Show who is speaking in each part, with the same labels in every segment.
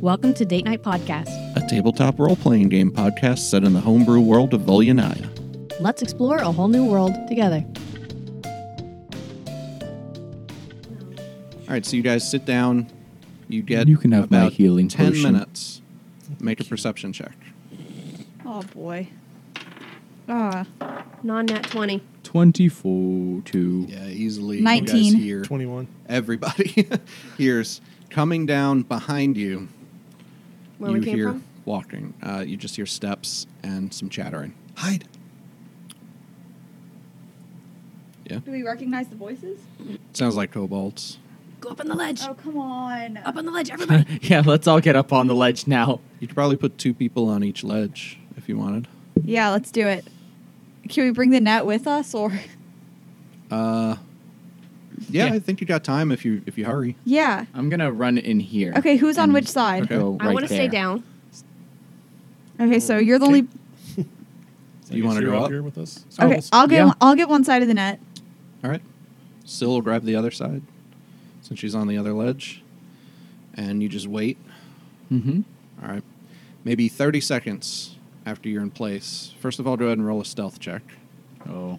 Speaker 1: Welcome to Date Night Podcast.
Speaker 2: a tabletop role playing game podcast set in the homebrew world of Volyanaya.
Speaker 1: Let's explore a whole new world together.
Speaker 2: All right, so you guys sit down. You get
Speaker 3: You can have my
Speaker 2: about
Speaker 3: healing
Speaker 2: 10
Speaker 3: potion.
Speaker 2: minutes. Make a perception check.
Speaker 4: Oh boy. Ah,
Speaker 1: Non nat 20.
Speaker 3: 24 to.
Speaker 2: Yeah, easily.
Speaker 4: 19.
Speaker 2: You guys hear
Speaker 5: 21.
Speaker 2: everybody hears coming down behind you.
Speaker 1: Where
Speaker 2: you
Speaker 1: we came
Speaker 2: hear
Speaker 1: from?
Speaker 2: walking. Uh, you just hear steps and some chattering. Hide. Yeah,
Speaker 4: do we recognize the voices?
Speaker 2: sounds like kobolds.
Speaker 1: Go up on the ledge.
Speaker 4: Oh come on.
Speaker 1: Up on the ledge, everybody.
Speaker 3: yeah, let's all get up on the ledge now.
Speaker 2: You could probably put two people on each ledge if you wanted.
Speaker 4: Yeah, let's do it. Can we bring the net with us or?
Speaker 2: Uh, yeah,
Speaker 3: Yeah.
Speaker 2: I think you got time if you if you hurry.
Speaker 4: Yeah.
Speaker 3: I'm gonna run in here.
Speaker 4: Okay, who's on
Speaker 3: and
Speaker 4: which side?
Speaker 2: Okay.
Speaker 3: go
Speaker 1: I
Speaker 3: right
Speaker 1: want to stay
Speaker 3: there.
Speaker 1: down.
Speaker 4: Okay, so you're the only.
Speaker 2: Do you want to
Speaker 5: you're
Speaker 2: go
Speaker 5: up
Speaker 2: up?
Speaker 5: here with us?
Speaker 4: Okay, I'll get
Speaker 3: Yeah.
Speaker 4: I'll get one side of the net.
Speaker 2: All right. Syl will grab the other side since she's on the other ledge, and you just wait.
Speaker 3: Mm-hmm.
Speaker 2: All right. Maybe 30 seconds after you're in place. First of all, go ahead and roll a stealth check.
Speaker 3: Oh,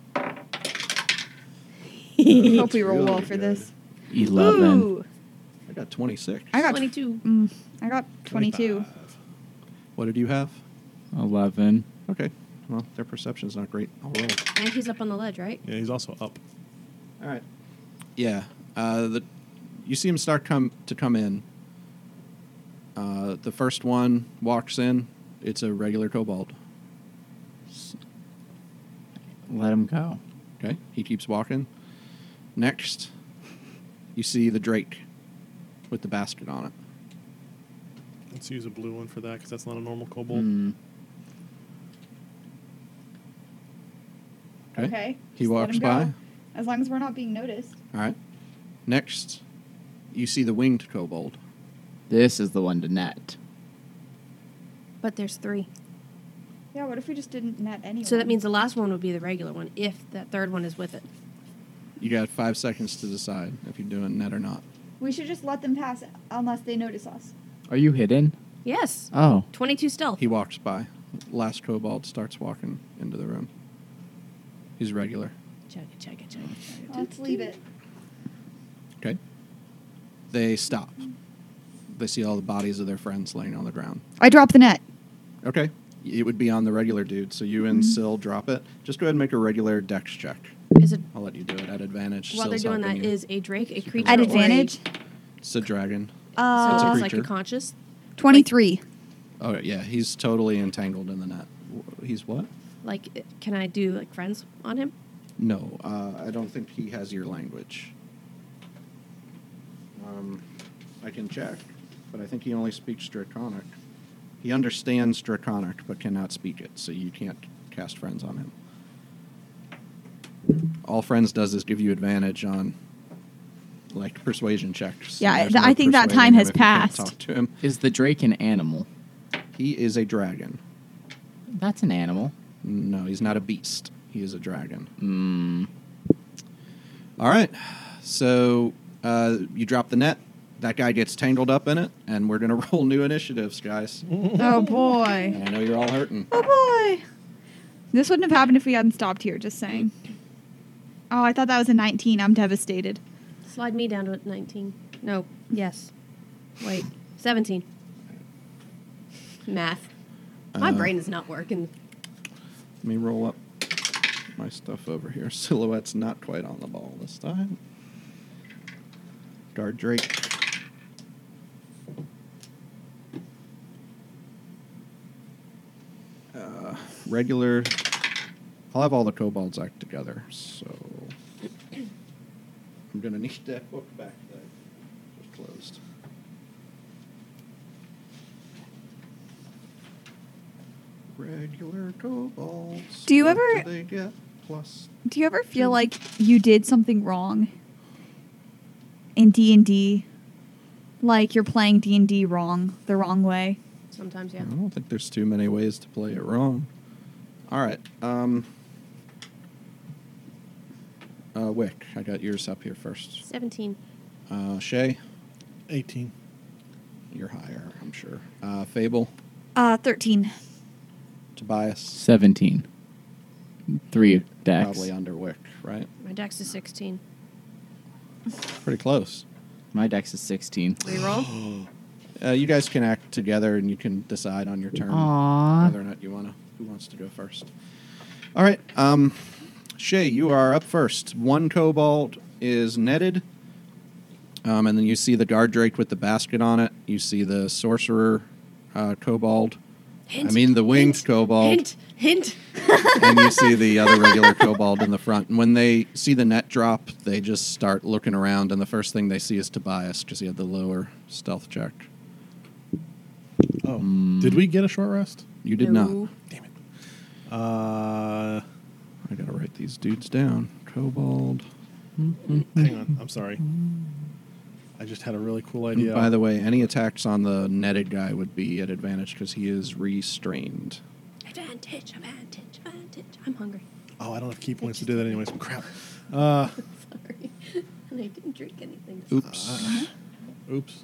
Speaker 4: Hope we roll
Speaker 2: really
Speaker 4: well for
Speaker 2: good.
Speaker 4: this.
Speaker 3: 11.
Speaker 4: Ooh,
Speaker 2: I got 26.
Speaker 4: I got
Speaker 1: 22.
Speaker 4: Mm, I got twenty-two.
Speaker 5: 25.
Speaker 2: What did you have?
Speaker 3: 11.
Speaker 2: Okay. Well, their perception's not great. I'll roll.
Speaker 1: And he's up on the ledge, right?
Speaker 5: Yeah, he's also up.
Speaker 2: All right. Yeah. Uh, the you see him start come to come in. Uh, the first one walks in. It's a regular kobold.
Speaker 3: Let him go.
Speaker 2: Okay. He keeps walking. Next, you see the drake with the basket on it.
Speaker 5: Let's use a blue one for that because that's not a normal kobold.
Speaker 2: Hmm.
Speaker 3: Mm.
Speaker 2: Okay. He
Speaker 4: just let
Speaker 2: walks
Speaker 4: him go.
Speaker 2: by.
Speaker 4: As long as we're not being noticed.
Speaker 2: All right. Next, you see the winged kobold.
Speaker 3: This is the one to net.
Speaker 1: But there's three.
Speaker 4: Yeah. What if we just didn't net anyone?
Speaker 1: So that means the last one would be the regular one if that third one is with it.
Speaker 2: You got five seconds to decide if you're doing that or not.
Speaker 4: we should just let them pass unless they notice us.
Speaker 3: Are you hidden?
Speaker 1: Yes.
Speaker 3: Oh.
Speaker 1: 22 stealth.
Speaker 2: He walks by. Last kobold starts walking into the room. He's regular.
Speaker 1: Check it, check it, check it, check it.
Speaker 4: Let's leave it.
Speaker 2: Okay. They stop. They see all the bodies of their friends laying on the ground.
Speaker 4: I drop the net.
Speaker 2: Okay. It would be on the regular dude, so you
Speaker 1: Mm-hmm.
Speaker 2: and Syl drop it. Just go ahead and make a regular dex check.
Speaker 1: Is it
Speaker 2: I'll let you do it at advantage.
Speaker 1: while
Speaker 2: Syl's
Speaker 1: they're doing that,
Speaker 2: helping
Speaker 1: is
Speaker 2: you.
Speaker 1: a drake a
Speaker 2: Super
Speaker 1: creature?
Speaker 4: At
Speaker 2: Or-
Speaker 4: advantage.
Speaker 2: It's a dragon.
Speaker 1: Or,
Speaker 2: It's
Speaker 1: so
Speaker 2: a
Speaker 4: Uh,
Speaker 1: it's like a
Speaker 2: creature.
Speaker 1: conscious.
Speaker 4: twenty-three.
Speaker 2: Oh, yeah. He's totally entangled in the net. Wh- He's what?
Speaker 1: Like, can I do like friends on him?
Speaker 2: No, uh, I don't think he has your language. Um, I can check, but I think he only speaks Draconic. He understands Draconic, but cannot speak it, so you can't cast friends on him. All friends does is give you advantage on, like, persuasion checks. so
Speaker 4: Yeah, I-
Speaker 2: there's
Speaker 4: th- I think that
Speaker 2: persuading him
Speaker 4: time has
Speaker 2: if you can't
Speaker 4: passed.
Speaker 2: Talk to him.
Speaker 3: Is the drake an animal?
Speaker 2: He is a dragon.
Speaker 3: That's an animal.
Speaker 2: No, he's not a beast. He is a dragon.
Speaker 3: Mm.
Speaker 2: All right. So uh, you drop the net. That guy gets tangled up in it, and we're going to roll new initiatives, guys.
Speaker 4: Oh boy.
Speaker 2: And I know you're all hurting.
Speaker 4: Oh boy. This wouldn't have happened if we hadn't stopped here, just saying. Oh, I thought that was a 19. I'm devastated.
Speaker 1: Slide me down to 19. No. Yes. Wait. 17. Math. My
Speaker 2: Uh,
Speaker 1: brain is not working.
Speaker 2: Let me roll up my stuff over here. Silhouette's not quite on the ball this time. Guard Drake. Uh, regular. I'll have all the kobolds act together, so I'm gonna need that book back that was closed. Regular kobolds.
Speaker 4: Do you
Speaker 2: what
Speaker 4: ever-
Speaker 2: Do they get plus?
Speaker 4: Do you ever feel like you did something wrong in D&D? Like you're playing D&D wrong, the wrong way?
Speaker 1: Sometimes, yeah.
Speaker 2: I don't think there's too many ways to play it wrong. All right. Um, uh, Wick, I got yours up here first.
Speaker 1: 17.
Speaker 2: Uh, Shay,
Speaker 5: 18.
Speaker 2: You're higher, I'm sure. Uh, Fable,
Speaker 4: Uh, 13.
Speaker 2: Tobias,
Speaker 3: 17. Three decks.
Speaker 2: probably under Wick, right?
Speaker 1: My dex is 16.
Speaker 2: Pretty close.
Speaker 3: My dex is 16.
Speaker 1: Reroll?
Speaker 2: Uh, you guys can act together, and you can decide on your turn
Speaker 3: Aw.
Speaker 2: whether or not you want to. Who wants to go first? All right, um, Shay, you are up first. One cobalt is netted, um, and then you see the guard drake with the basket on it. You see the sorcerer uh, cobalt.
Speaker 1: Hint,
Speaker 2: I mean the winged
Speaker 1: hint,
Speaker 2: cobalt.
Speaker 1: Hint, hint.
Speaker 2: and you see the other regular kobold in the front. And when they see the net drop, they just start looking around, and the first thing they see is Tobias because he had the lower stealth check.
Speaker 5: Oh,
Speaker 2: Hmm.
Speaker 3: Mm.
Speaker 5: did we get a short rest?
Speaker 2: You did
Speaker 1: No.
Speaker 2: not.
Speaker 5: Damn it. Uh,
Speaker 2: I gotta write these dudes down. Kobold.
Speaker 5: hang on. I'm sorry. I just had a really cool
Speaker 2: And
Speaker 5: idea.
Speaker 2: Mm, By the way, any attacks on the netted guy would be at advantage because he is restrained.
Speaker 1: Advantage, advantage, advantage. I'm hungry.
Speaker 5: oh, I don't have key points to do that anyways. Crap. Uh,
Speaker 1: Sorry. and I didn't drink anything.
Speaker 2: Oops.
Speaker 5: Uh-huh. Oops.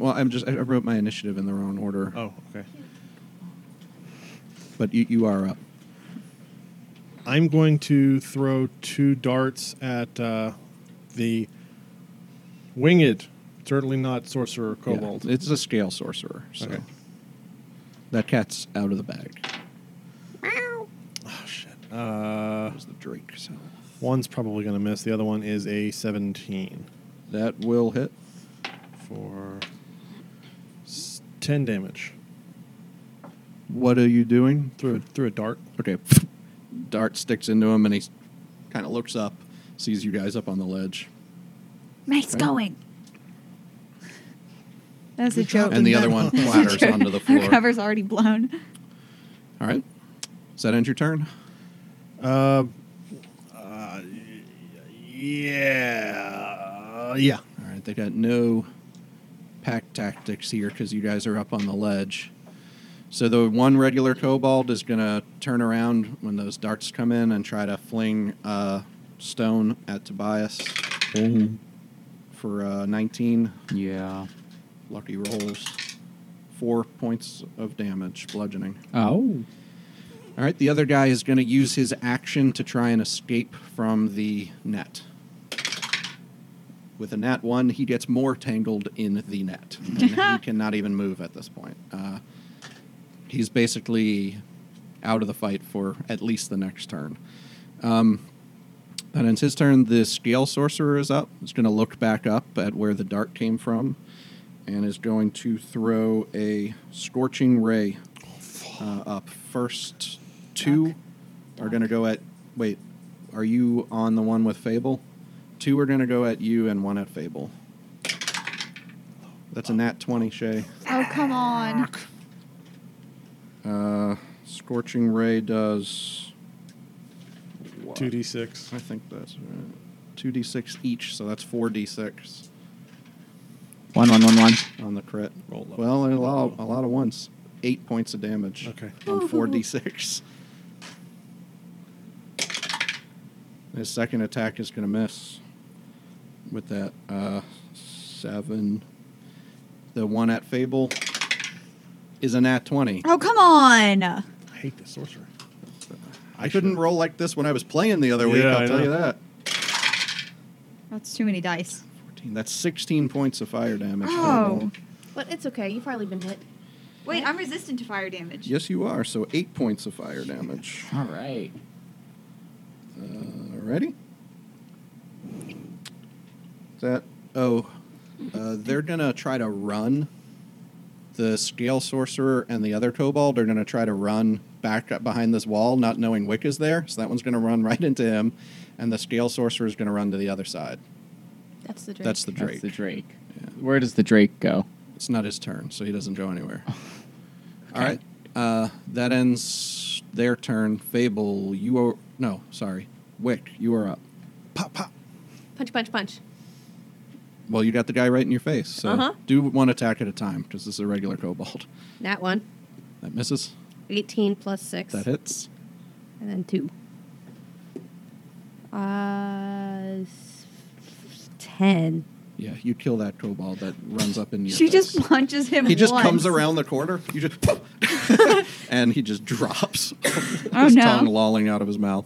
Speaker 2: well, I'm just I I wrote my initiative in the wrong order.
Speaker 5: Oh, okay.
Speaker 2: But you, you are up.
Speaker 5: I'm going to throw two darts at uh, the winged, certainly not sorcerer
Speaker 2: Yeah.
Speaker 5: kobold.
Speaker 2: It's a scale sorcerer, so
Speaker 5: Okay.
Speaker 2: that cat's out of the bag.
Speaker 5: oh shit. Uh,
Speaker 2: That was the Drake sound.
Speaker 5: one's probably going to miss. The other one is a 17
Speaker 2: That will hit.
Speaker 5: for s- 10 damage
Speaker 2: What are you doing?
Speaker 5: through a, through a dart.
Speaker 2: Okay. Dart sticks into him and he kind of looks up, sees you guys up on the ledge.
Speaker 4: Nice
Speaker 2: Right.
Speaker 4: going. That's a
Speaker 5: Good job.
Speaker 4: joke.
Speaker 2: And the other one
Speaker 4: Oh, That's a
Speaker 2: clatters
Speaker 4: joke.
Speaker 2: onto the
Speaker 4: Our
Speaker 2: floor.
Speaker 4: cover's already blown.
Speaker 2: All right. Does that end your turn?
Speaker 5: Uh, uh, yeah. Yeah.
Speaker 2: All right. They got no pack tactics here because you guys are up on the ledge. So the one regular kobold is going to turn around when those darts come in and try to fling a stone at Tobias for uh, 19.
Speaker 3: Yeah.
Speaker 2: Lucky rolls. Four points of damage, bludgeoning.
Speaker 3: Oh.
Speaker 2: All right, the other guy is going to use his action to try and escape from the net. With a nat one, he gets more tangled in the net. And he cannot even move at this point. Uh, he's basically out of the fight for at least the next turn. Um, and it's his turn. The scale sorcerer is up. He's going to look back up at where the dart came from and is going to throw a scorching ray uh, up. First two are going to go at. Wait, are you on the one with Fable? Two are going to go at you and one at Fable. That's a nat 20, Shay.
Speaker 4: Oh, come
Speaker 2: Ah.
Speaker 4: on.
Speaker 2: Uh, Scorching Ray does. what?
Speaker 5: 2d6.
Speaker 2: I think that's uh, right. 2d6 each, so that's 4d6
Speaker 3: One, one, one, one.
Speaker 2: on the crit.
Speaker 5: Roll low.
Speaker 2: Well, and a
Speaker 5: Roll
Speaker 2: lot,
Speaker 5: low.
Speaker 2: a lot of ones. Eight points of damage.
Speaker 5: Okay.
Speaker 2: On 4d6. His second attack is going to miss with that uh, seven. The one at Fable is an at 20.
Speaker 4: Oh, come on.
Speaker 5: I hate this sorcerer.
Speaker 2: I couldn't roll like this when I was playing the other week,
Speaker 5: Yeah,
Speaker 2: I'll
Speaker 5: I
Speaker 2: tell you
Speaker 5: know.
Speaker 2: that.
Speaker 4: That's too many dice.
Speaker 2: 14. That's 16 points of fire damage.
Speaker 4: Oh.
Speaker 2: total.
Speaker 1: But it's okay. You've probably been hit.
Speaker 4: Wait, I'm resistant to fire damage.
Speaker 2: Yes, you are. So eight points of fire damage.
Speaker 3: All right.
Speaker 2: Uh, Alrighty. That. Oh. Uh, they're going to try to run. The scale sorcerer and the other kobold are going to try to run back up behind this wall, not knowing Wick is there. So that one's going to run right into him. And the scale sorcerer is going to run to the other side.
Speaker 1: That's the drink.
Speaker 2: That's the
Speaker 3: That's
Speaker 2: Drake.
Speaker 3: the Drake.
Speaker 2: Yeah.
Speaker 3: Where does the Drake go?
Speaker 2: It's not his turn, so he doesn't go anywhere. All
Speaker 3: Okay.
Speaker 2: right. Uh, that ends their turn. Fable, you are. No, sorry. Wick, you are up.
Speaker 5: Pop, pop.
Speaker 1: Punch, punch, punch.
Speaker 2: Well, you got the guy right in your face. So
Speaker 1: Uh-huh.
Speaker 2: do one attack at a time because this is a regular kobold.
Speaker 1: That one.
Speaker 2: That misses.
Speaker 1: 18 plus 6.
Speaker 2: That hits.
Speaker 1: And then 2. Uh, s- 10.
Speaker 2: Yeah, you kill that kobold that runs up in your
Speaker 4: She just
Speaker 2: face.
Speaker 4: punches him.
Speaker 2: He just
Speaker 4: once.
Speaker 2: comes around the corner. You just and he just drops.
Speaker 4: Oh,
Speaker 2: his
Speaker 4: no.
Speaker 2: tongue lolling out of his mouth.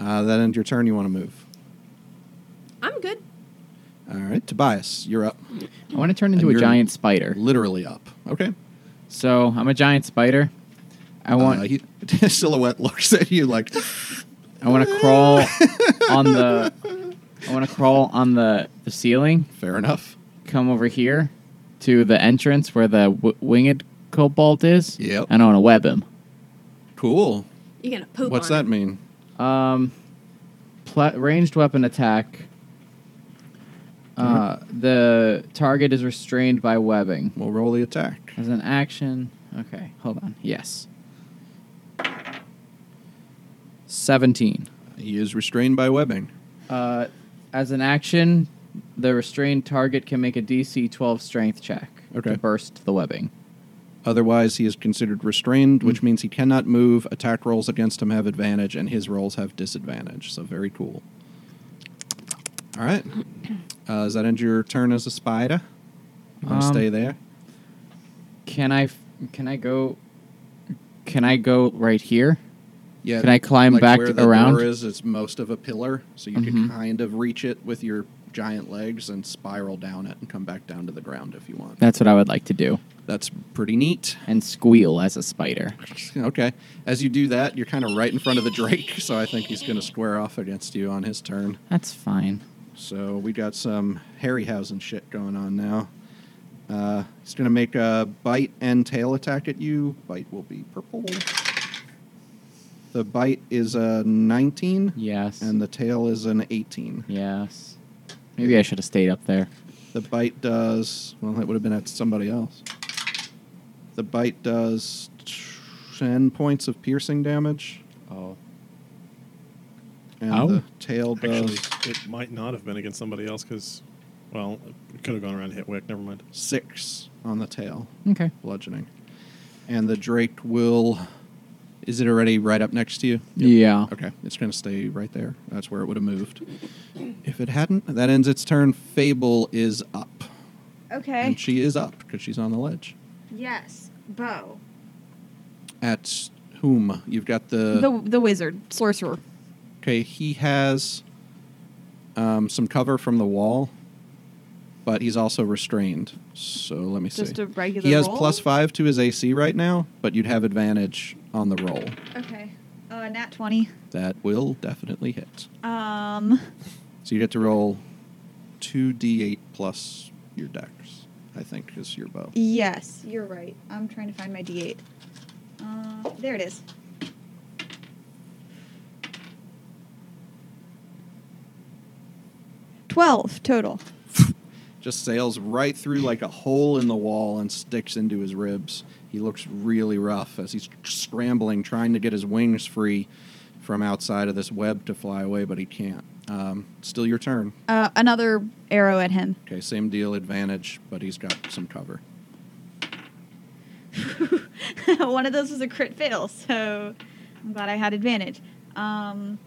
Speaker 2: Uh, that ends your turn. You want to move?
Speaker 1: I'm good.
Speaker 2: All right, Tobias, you're up.
Speaker 3: I want to turn into a
Speaker 2: you're-
Speaker 3: giant spider.
Speaker 2: Literally up. Okay.
Speaker 3: So I'm a giant spider. I want
Speaker 2: Uh, he, silhouette looks at you like
Speaker 3: I want to crawl on the I want to crawl on the, the ceiling.
Speaker 2: fair enough.
Speaker 3: Come over here to the entrance where the w- winged cobalt is.
Speaker 2: Yep.
Speaker 3: And I want to web him.
Speaker 2: Cool.
Speaker 1: You're gonna poop.
Speaker 2: What's
Speaker 1: on
Speaker 2: that
Speaker 1: it.
Speaker 2: mean?
Speaker 3: Um, pla ranged weapon attack. Uh,
Speaker 2: Mm-hmm.
Speaker 3: the target is restrained by webbing.
Speaker 2: We'll roll the attack.
Speaker 3: As an action. Okay, hold on. Yes. 17.
Speaker 2: He is restrained by webbing.
Speaker 3: Uh, as an action, the restrained target can make a DC 12 strength check
Speaker 2: Okay.
Speaker 3: to burst the webbing.
Speaker 2: Otherwise, he is considered restrained,
Speaker 3: Mm.
Speaker 2: which means he cannot move. Attack rolls against him have advantage, and his rolls have disadvantage. So very cool. All right. Uh, does that end your turn as a spider? You want to
Speaker 3: Um,
Speaker 2: stay there?
Speaker 3: Can I f- can I go can I go right here?
Speaker 2: Yeah.
Speaker 3: can I climb
Speaker 2: like
Speaker 3: back
Speaker 2: where the
Speaker 3: around?
Speaker 2: Door is it's most of a pillar, so you can
Speaker 3: Mhm.
Speaker 2: kind of reach it with your giant legs and spiral down it and come back down to the ground if you want.
Speaker 3: That's what I would like to do.
Speaker 2: That's pretty neat.
Speaker 3: And squeal as a spider.
Speaker 2: Okay. As you do that, you're kind of right in front of the Drake, so I think he's going to square off against you on his turn.
Speaker 3: That's fine.
Speaker 2: So we got some Harryhausen shit going on now. Uh, he's going to make a bite and tail attack at you. Bite will be purple. The bite is a 19,
Speaker 3: Yes.
Speaker 2: and the tail is an 18.
Speaker 3: yes. Maybe I should have stayed up there.
Speaker 2: The bite does. Well, that would have been at somebody else. The bite does 10 points of piercing damage,
Speaker 3: Oh.
Speaker 2: and
Speaker 3: Ow.
Speaker 2: the tail does
Speaker 5: Actually, Uh, it might not have been against somebody else because, well, it could have gone around and hit Wick. Never mind.
Speaker 2: 6 on the tail.
Speaker 3: Okay.
Speaker 2: bludgeoning. And the Drake will. Is it already right up next to you?
Speaker 3: Yeah.
Speaker 2: Okay, it's going to stay right there. That's where it would have moved. If it hadn't, that ends its turn. Fable is up.
Speaker 4: Okay.
Speaker 2: And she is up because she's on the ledge.
Speaker 4: Yes, bow.
Speaker 2: At whom? You've got the.
Speaker 4: The the wizard sorcerer.
Speaker 2: okay, he has um, some cover from the wall, but he's also restrained. So let me
Speaker 4: Just
Speaker 2: see.
Speaker 4: a regular.
Speaker 2: he has
Speaker 4: roll?
Speaker 2: plus five to his AC right now, but you'd have advantage on the roll.
Speaker 4: Okay. Uh, nat twenty.
Speaker 2: That will definitely hit.
Speaker 4: Um,
Speaker 2: So you get to roll two d8 plus your dex, I think, is your bow.
Speaker 4: yes, you're right. I'm trying to find my d8. Uh, there it is. Twelve total.
Speaker 2: Just sails right through like a hole in the wall and sticks into his ribs. He looks really rough as he's scrambling, trying to get his wings free from outside of this web to fly away, but he can't. Um, still your turn.
Speaker 4: Uh, another arrow at him.
Speaker 2: Okay, same deal, advantage, but he's got some cover.
Speaker 4: One of those was a crit fail, so I'm glad I had advantage. Um,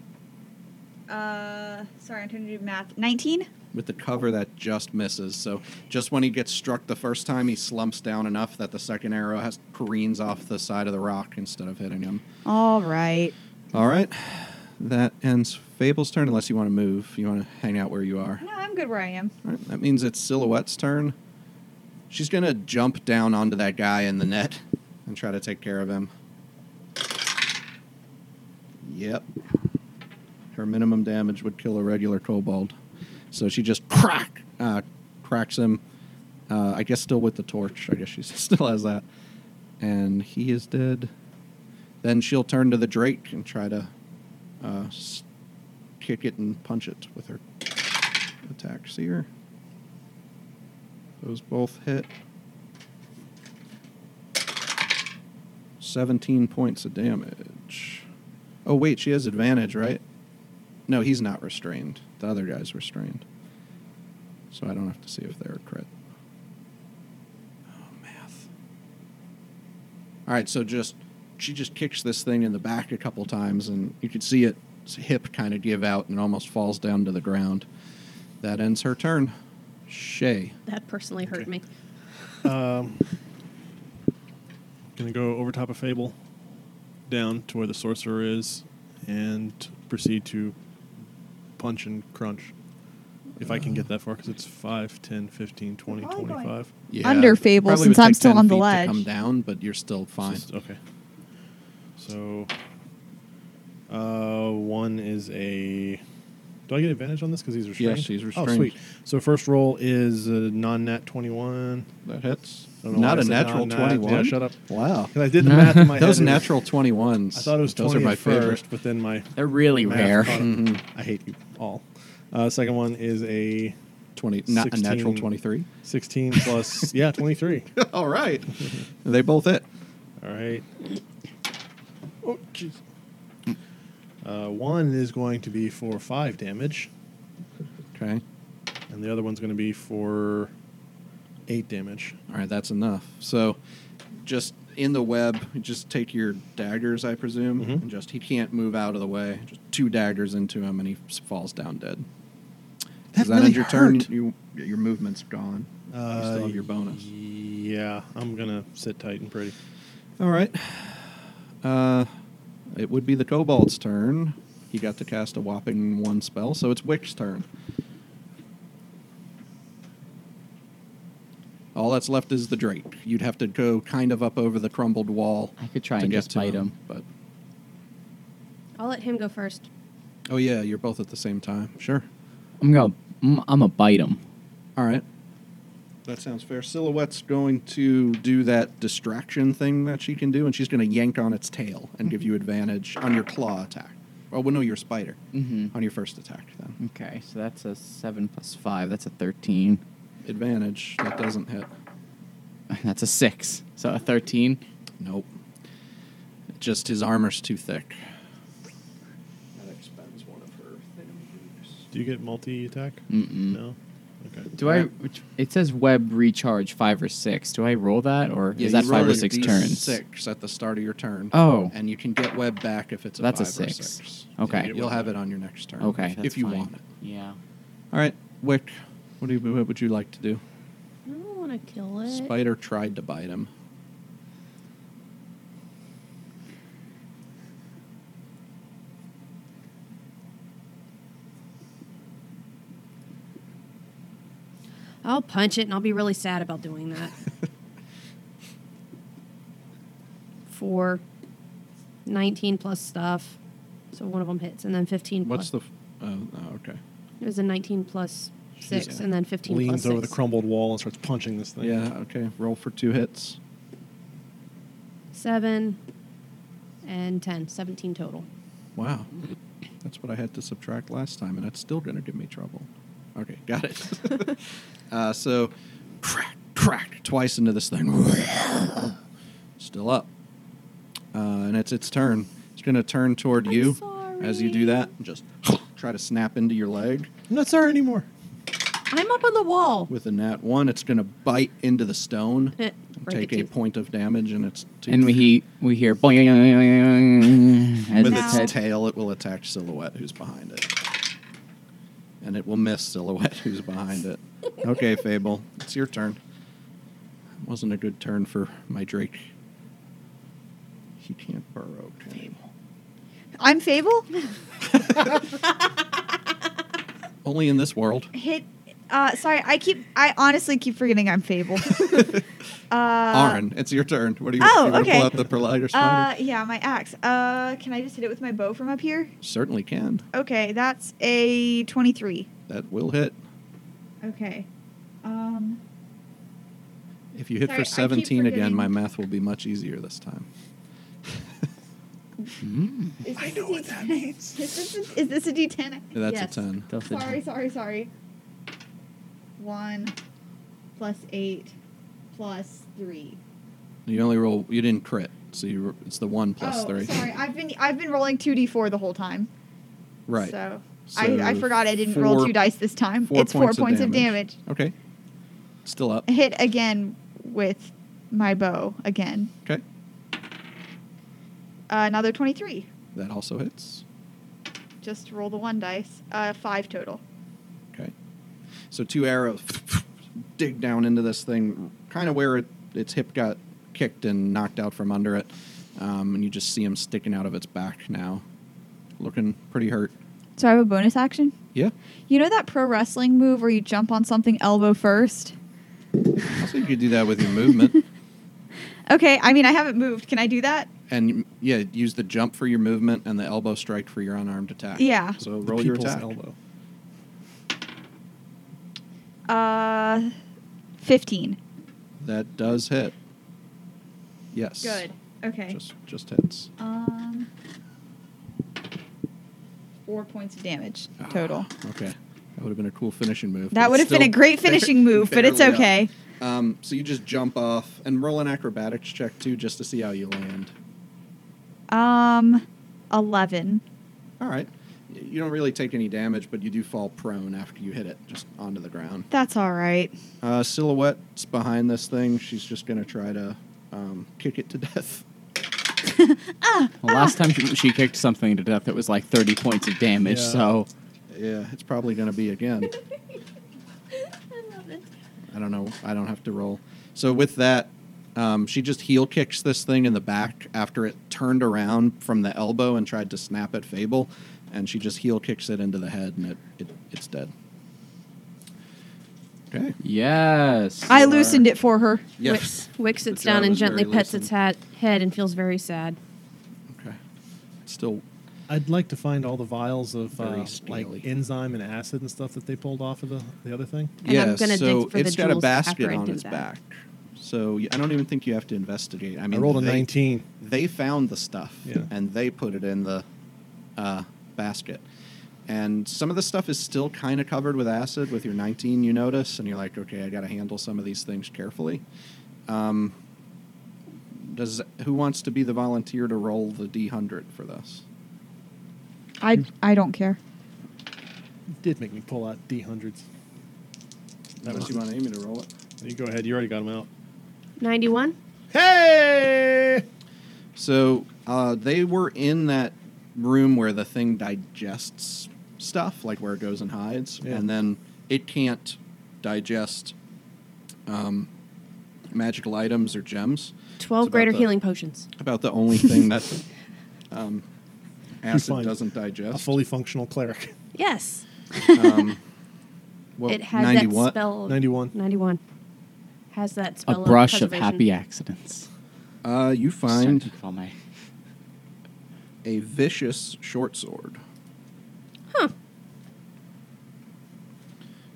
Speaker 4: uh, sorry, I'm trying to do math. 19?
Speaker 2: with the cover that just misses. So just when he gets struck the first time, he slumps down enough that the second arrow has careens off the side of the rock instead of hitting him.
Speaker 4: All right.
Speaker 2: All right, that ends Fable's turn. Unless you want to move, you want to hang out where you are.
Speaker 4: No, I'm good where I am.
Speaker 2: All right, that means it's Silhouette's turn. She's gonna jump down onto that guy in the net and try to take care of him. Yep. Her minimum damage would kill a regular kobold, so she just crack uh, cracks him. Uh, I guess still with the torch. I guess she still has that, and he is dead. Then she'll turn to the drake and try to uh, s- kick it and punch it with her attack seer. Those both hit. 17 points of damage. Oh, wait, she has advantage, right? No, he's not restrained. The other guy's restrained. So I don't have to see if they're a crit. Oh, math. All right, so just she just kicks this thing in the back a couple times, and you could see its hip kind of give out and almost falls down to the ground. That ends her turn. Shay.
Speaker 1: That personally hurt
Speaker 5: Okay.
Speaker 1: me.
Speaker 5: Um, gonna go over top of Fable, down to where the sorcerer is, and proceed to punch and crunch. If I can get that far, because it's 5, 10, 15, 20,
Speaker 4: Probably going-
Speaker 5: 25.
Speaker 2: Yeah,
Speaker 4: Under
Speaker 2: it
Speaker 4: Fable,
Speaker 2: probably
Speaker 4: since
Speaker 2: would
Speaker 4: I'm
Speaker 2: take
Speaker 4: still
Speaker 2: 10
Speaker 4: on the
Speaker 2: feet to
Speaker 4: ledge.
Speaker 2: come down, but you're still fine.
Speaker 5: Just- okay. So, uh, one is a. Do I get advantage on this because he's restrained?
Speaker 2: Yes, he's
Speaker 5: Oh,
Speaker 2: restrained.
Speaker 5: sweet. So first roll is a non-nat twenty-one.
Speaker 2: That hits.
Speaker 5: I don't know
Speaker 2: Not
Speaker 5: why I
Speaker 2: a
Speaker 5: said
Speaker 2: natural
Speaker 5: non-nat.
Speaker 2: twenty-one.
Speaker 5: Yeah, shut up.
Speaker 2: Wow.
Speaker 5: 'Cause I did the math in my head.
Speaker 2: Those
Speaker 5: It was-
Speaker 2: natural twenty-ones.
Speaker 5: I thought it was
Speaker 2: Those
Speaker 5: twenty
Speaker 2: are my
Speaker 5: at first,
Speaker 2: favorite.
Speaker 5: but then my
Speaker 3: They're really
Speaker 5: math
Speaker 3: rare.
Speaker 5: caught up.
Speaker 2: Mhm.
Speaker 5: I hate you all. Uh, second one is a
Speaker 2: Twenty, not a natural
Speaker 5: 16.
Speaker 2: twenty-three.
Speaker 5: sixteen plus yeah twenty-three.
Speaker 2: All right. they both hit.
Speaker 5: All right. Oh, jeez. Uh, one is going to be for five damage,
Speaker 2: Okay.
Speaker 5: and the other one's going to be for eight damage.
Speaker 2: All right, that's enough. So, just in the web, just take your daggers, I presume,
Speaker 5: Mhm.
Speaker 2: and just he can't move out of the way. Just two daggers into him, and he s- falls down dead.
Speaker 5: That
Speaker 2: Does that
Speaker 5: really
Speaker 2: end your turn?
Speaker 5: hurt.
Speaker 2: You, your movement's gone. you still have your bonus.
Speaker 5: Uh, Yeah, I'm gonna sit tight and pretty.
Speaker 2: All right. Uh, it would be the kobold's turn. He got to cast a whopping one spell, so it's Wick's turn. All that's left is the Drake. You'd have to go kind of up over the crumbled wall.
Speaker 3: I could try
Speaker 2: to
Speaker 3: and
Speaker 2: get
Speaker 3: just
Speaker 2: to
Speaker 3: bite him.
Speaker 2: but
Speaker 1: I'll let him go first.
Speaker 2: oh yeah, you're both at the same time. Sure.
Speaker 3: I'm gonna I'm, I'm gonna bite him.
Speaker 2: All right. That sounds fair. Silhouette's going to do that distraction thing that she can do, and she's going to yank on its tail and give you
Speaker 3: Mm-hmm.
Speaker 2: advantage on your claw attack. Oh, well, no, your spider.
Speaker 3: Mhm.
Speaker 2: On your first attack, then.
Speaker 3: Okay, so that's a seven plus five. That's a thirteen. Mm-hmm.
Speaker 2: Advantage, that doesn't hit.
Speaker 3: That's a six. So a thirteen.
Speaker 2: Nope. Just his armor's too thick. That expends one of her
Speaker 5: Do you get multi attack?
Speaker 3: Mm-mm.
Speaker 5: No. Okay.
Speaker 3: Do I? which- It says web recharge five or six. Do I roll that, or is that five or six turns?
Speaker 2: Six at the start of your turn.
Speaker 3: Oh.
Speaker 2: and you can get web back if it's a
Speaker 3: That's a
Speaker 2: five or
Speaker 3: six.
Speaker 2: six.
Speaker 3: Okay.
Speaker 2: you'll have it on your next turn.
Speaker 3: Okay,
Speaker 2: if,
Speaker 3: that's
Speaker 2: if you
Speaker 3: fine.
Speaker 2: want it.
Speaker 3: Yeah.
Speaker 2: All right, Wick, what do you, what would you like to do?
Speaker 1: I don't want to kill it.
Speaker 2: Spider tried to bite him.
Speaker 1: I'll punch it and I'll be really sad about doing that. Four. 19 plus stuff. So one of them hits. And then 15
Speaker 2: What's the?
Speaker 1: plus.
Speaker 2: F- oh, oh, okay.
Speaker 1: It was a 19 plus 6
Speaker 2: She's-
Speaker 1: and then 15
Speaker 5: Leans
Speaker 1: plus 6.
Speaker 5: over the crumbled wall and starts punching this thing.
Speaker 2: Yeah. Okay. Roll for two hits.
Speaker 1: 7 and 10. 17 total.
Speaker 2: Wow. That's what I had to subtract last time, and that's still going to give me trouble. Okay, got it. uh, so, crack, crack, twice into this thing. still up. Uh, and it's its turn. It's going to turn toward
Speaker 1: I'm
Speaker 2: you as you do
Speaker 1: sorry.
Speaker 2: that. and Just try to snap into your leg.
Speaker 5: I'm not sorry anymore.
Speaker 1: I'm up on the wall.
Speaker 2: With a nat one, it's going to bite into the stone,
Speaker 1: Eh,
Speaker 2: and
Speaker 1: break
Speaker 2: take
Speaker 1: a
Speaker 2: a
Speaker 1: tooth.
Speaker 2: point of damage, and it's
Speaker 3: And we he, we hear boing as
Speaker 2: With
Speaker 4: Now-
Speaker 2: its tail, it will attack Silhouette, who's behind it. And it will miss Silhouette, who's behind it. Okay, Fable, it's your turn. Wasn't a good turn for my Drake. He can't burrow. can he?
Speaker 4: I'm Fable.
Speaker 2: Only in this world.
Speaker 4: Hit. Uh, sorry, I keep. I honestly keep forgetting I'm Fable. uh,
Speaker 2: Arn, it's your turn. What do you,
Speaker 4: oh,
Speaker 2: you want to
Speaker 4: okay.
Speaker 2: pull out the Perlider
Speaker 4: Uh,
Speaker 2: Spider?
Speaker 4: yeah, my axe. Uh, can I just hit it with my bow from up here?
Speaker 2: Certainly can.
Speaker 4: Okay, that's a twenty-three.
Speaker 2: That will hit.
Speaker 4: Okay. Um.
Speaker 2: If you hit
Speaker 4: Sorry, I
Speaker 2: for
Speaker 4: keep
Speaker 2: 17 again,
Speaker 4: forgetting.
Speaker 2: my math will be much easier this time.
Speaker 3: Mm.
Speaker 4: Is this
Speaker 5: I
Speaker 4: a
Speaker 5: know what that
Speaker 4: D10? Is this a- is this a D10?
Speaker 2: That's
Speaker 1: Yes.
Speaker 2: a 10.
Speaker 4: Sorry, sorry, sorry. One plus eight plus three.
Speaker 2: You only roll, you didn't crit, so you, it's the 1 plus
Speaker 4: oh,
Speaker 2: 3.
Speaker 4: sorry. I've been I've been rolling two d4 the whole time.
Speaker 2: Right.
Speaker 4: So, I, I
Speaker 2: So
Speaker 4: forgot I didn't roll
Speaker 2: four-
Speaker 4: two dice this time. it's four points of damage.
Speaker 2: Okay. Still up.
Speaker 4: Hit again with my bow again.
Speaker 2: Okay.
Speaker 4: Uh, another 23.
Speaker 2: That also hits.
Speaker 4: Just roll the one dice. Uh, five total.
Speaker 2: Okay. So two arrows dig down into this thing, kind of where it, its hip got kicked and knocked out from under it. Um, and you just see him sticking out of its back now, looking pretty hurt.
Speaker 4: So I have a bonus action.
Speaker 2: Yeah.
Speaker 4: You know that pro wrestling move where you jump on something elbow first?
Speaker 2: Also, you could do that with your movement.
Speaker 4: Okay, I mean I haven't moved. Can I do that?
Speaker 2: And yeah, use the jump for your movement and the elbow strike for your unarmed attack.
Speaker 4: Yeah.
Speaker 2: So
Speaker 5: The
Speaker 2: roll your
Speaker 5: people's
Speaker 2: attack.
Speaker 5: elbow.
Speaker 4: Uh, fifteen.
Speaker 2: That does hit. Yes.
Speaker 4: Good. Okay.
Speaker 2: Just just hits.
Speaker 4: Um, four points of damage
Speaker 5: Ah.
Speaker 4: total.
Speaker 2: Ah, Okay. That would have been a cool finishing move.
Speaker 4: That
Speaker 2: but
Speaker 4: would have been a
Speaker 2: still
Speaker 4: great finishing move, but it's
Speaker 2: barely up.
Speaker 4: okay.
Speaker 2: Um, so you just jump off and roll an acrobatics check too, just to see how you land.
Speaker 4: Um, eleven.
Speaker 2: All right. Y- You don't really take any damage, but you do fall prone after you hit it, just onto the ground.
Speaker 4: That's all right.
Speaker 2: Uh, silhouette's behind this thing. She's just gonna try to um, kick it to death.
Speaker 3: Well, last time she, she kicked something to death, it was like 30 points of damage,
Speaker 5: Yeah.
Speaker 3: so.
Speaker 2: Yeah, it's probably gonna be again.
Speaker 4: I love it.
Speaker 2: I don't know. I don't have to roll. So with that, um, she just heel kicks this thing in the back after it turned around from the elbow and tried to snap at Fable, and she just heel kicks it into the head, and it, it it's dead. Okay.
Speaker 3: Yes.
Speaker 4: I
Speaker 3: you are-
Speaker 4: loosened it for her.
Speaker 2: Yes.
Speaker 1: Wix sits
Speaker 2: The jaw
Speaker 1: down and
Speaker 2: was
Speaker 1: gently
Speaker 2: very
Speaker 1: pets
Speaker 2: loosened.
Speaker 1: its hat, head and feels very sad.
Speaker 2: Okay. It's still
Speaker 5: I'd like to find all the vials of
Speaker 2: Very
Speaker 5: uh,
Speaker 2: scaly.
Speaker 5: like enzyme and acid and stuff that they pulled off of the, the other thing.
Speaker 1: And
Speaker 2: yeah.
Speaker 1: I'm gonna dig
Speaker 2: so
Speaker 1: for the
Speaker 2: it's got a
Speaker 1: jewels
Speaker 2: basket
Speaker 1: after I
Speaker 2: on
Speaker 1: do
Speaker 2: its
Speaker 1: that.
Speaker 2: back. So y- I don't even think you have to investigate. I
Speaker 5: I
Speaker 2: mean,
Speaker 5: rolled a
Speaker 2: they-
Speaker 5: 19.
Speaker 2: they found the stuff
Speaker 5: Yeah.
Speaker 2: and they put it in the uh, basket. And some of the stuff is still kind of covered with acid. With your 19, you notice, and you're like, okay, I got to handle some of these things carefully. Um, does who wants to be the volunteer to roll the d100 for this?
Speaker 4: I I don't care.
Speaker 5: did make me pull out D100s. That
Speaker 2: Unless
Speaker 5: was
Speaker 2: you want Amy to roll it.
Speaker 5: You go ahead. You already got them out.
Speaker 1: 91?
Speaker 5: Hey!
Speaker 2: So uh, they were in that room where the thing digests stuff, like where it goes and hides,
Speaker 5: Yeah.
Speaker 2: and then it can't digest um, magical items or gems.
Speaker 1: 12
Speaker 2: about
Speaker 1: greater
Speaker 2: the-
Speaker 1: healing potions.
Speaker 2: About the only thing that um, acid
Speaker 5: find
Speaker 2: doesn't
Speaker 5: A
Speaker 2: digest.
Speaker 5: fully functional cleric.
Speaker 1: Yes.
Speaker 2: um, what-
Speaker 1: it has
Speaker 2: 91?
Speaker 1: that spell.
Speaker 5: 91.
Speaker 1: 91. Has that
Speaker 3: A
Speaker 1: spell.
Speaker 3: brush of
Speaker 1: preservation.
Speaker 3: happy accidents.
Speaker 2: Uh, you find
Speaker 3: Starting from my-
Speaker 2: a vicious short sword.
Speaker 1: Huh.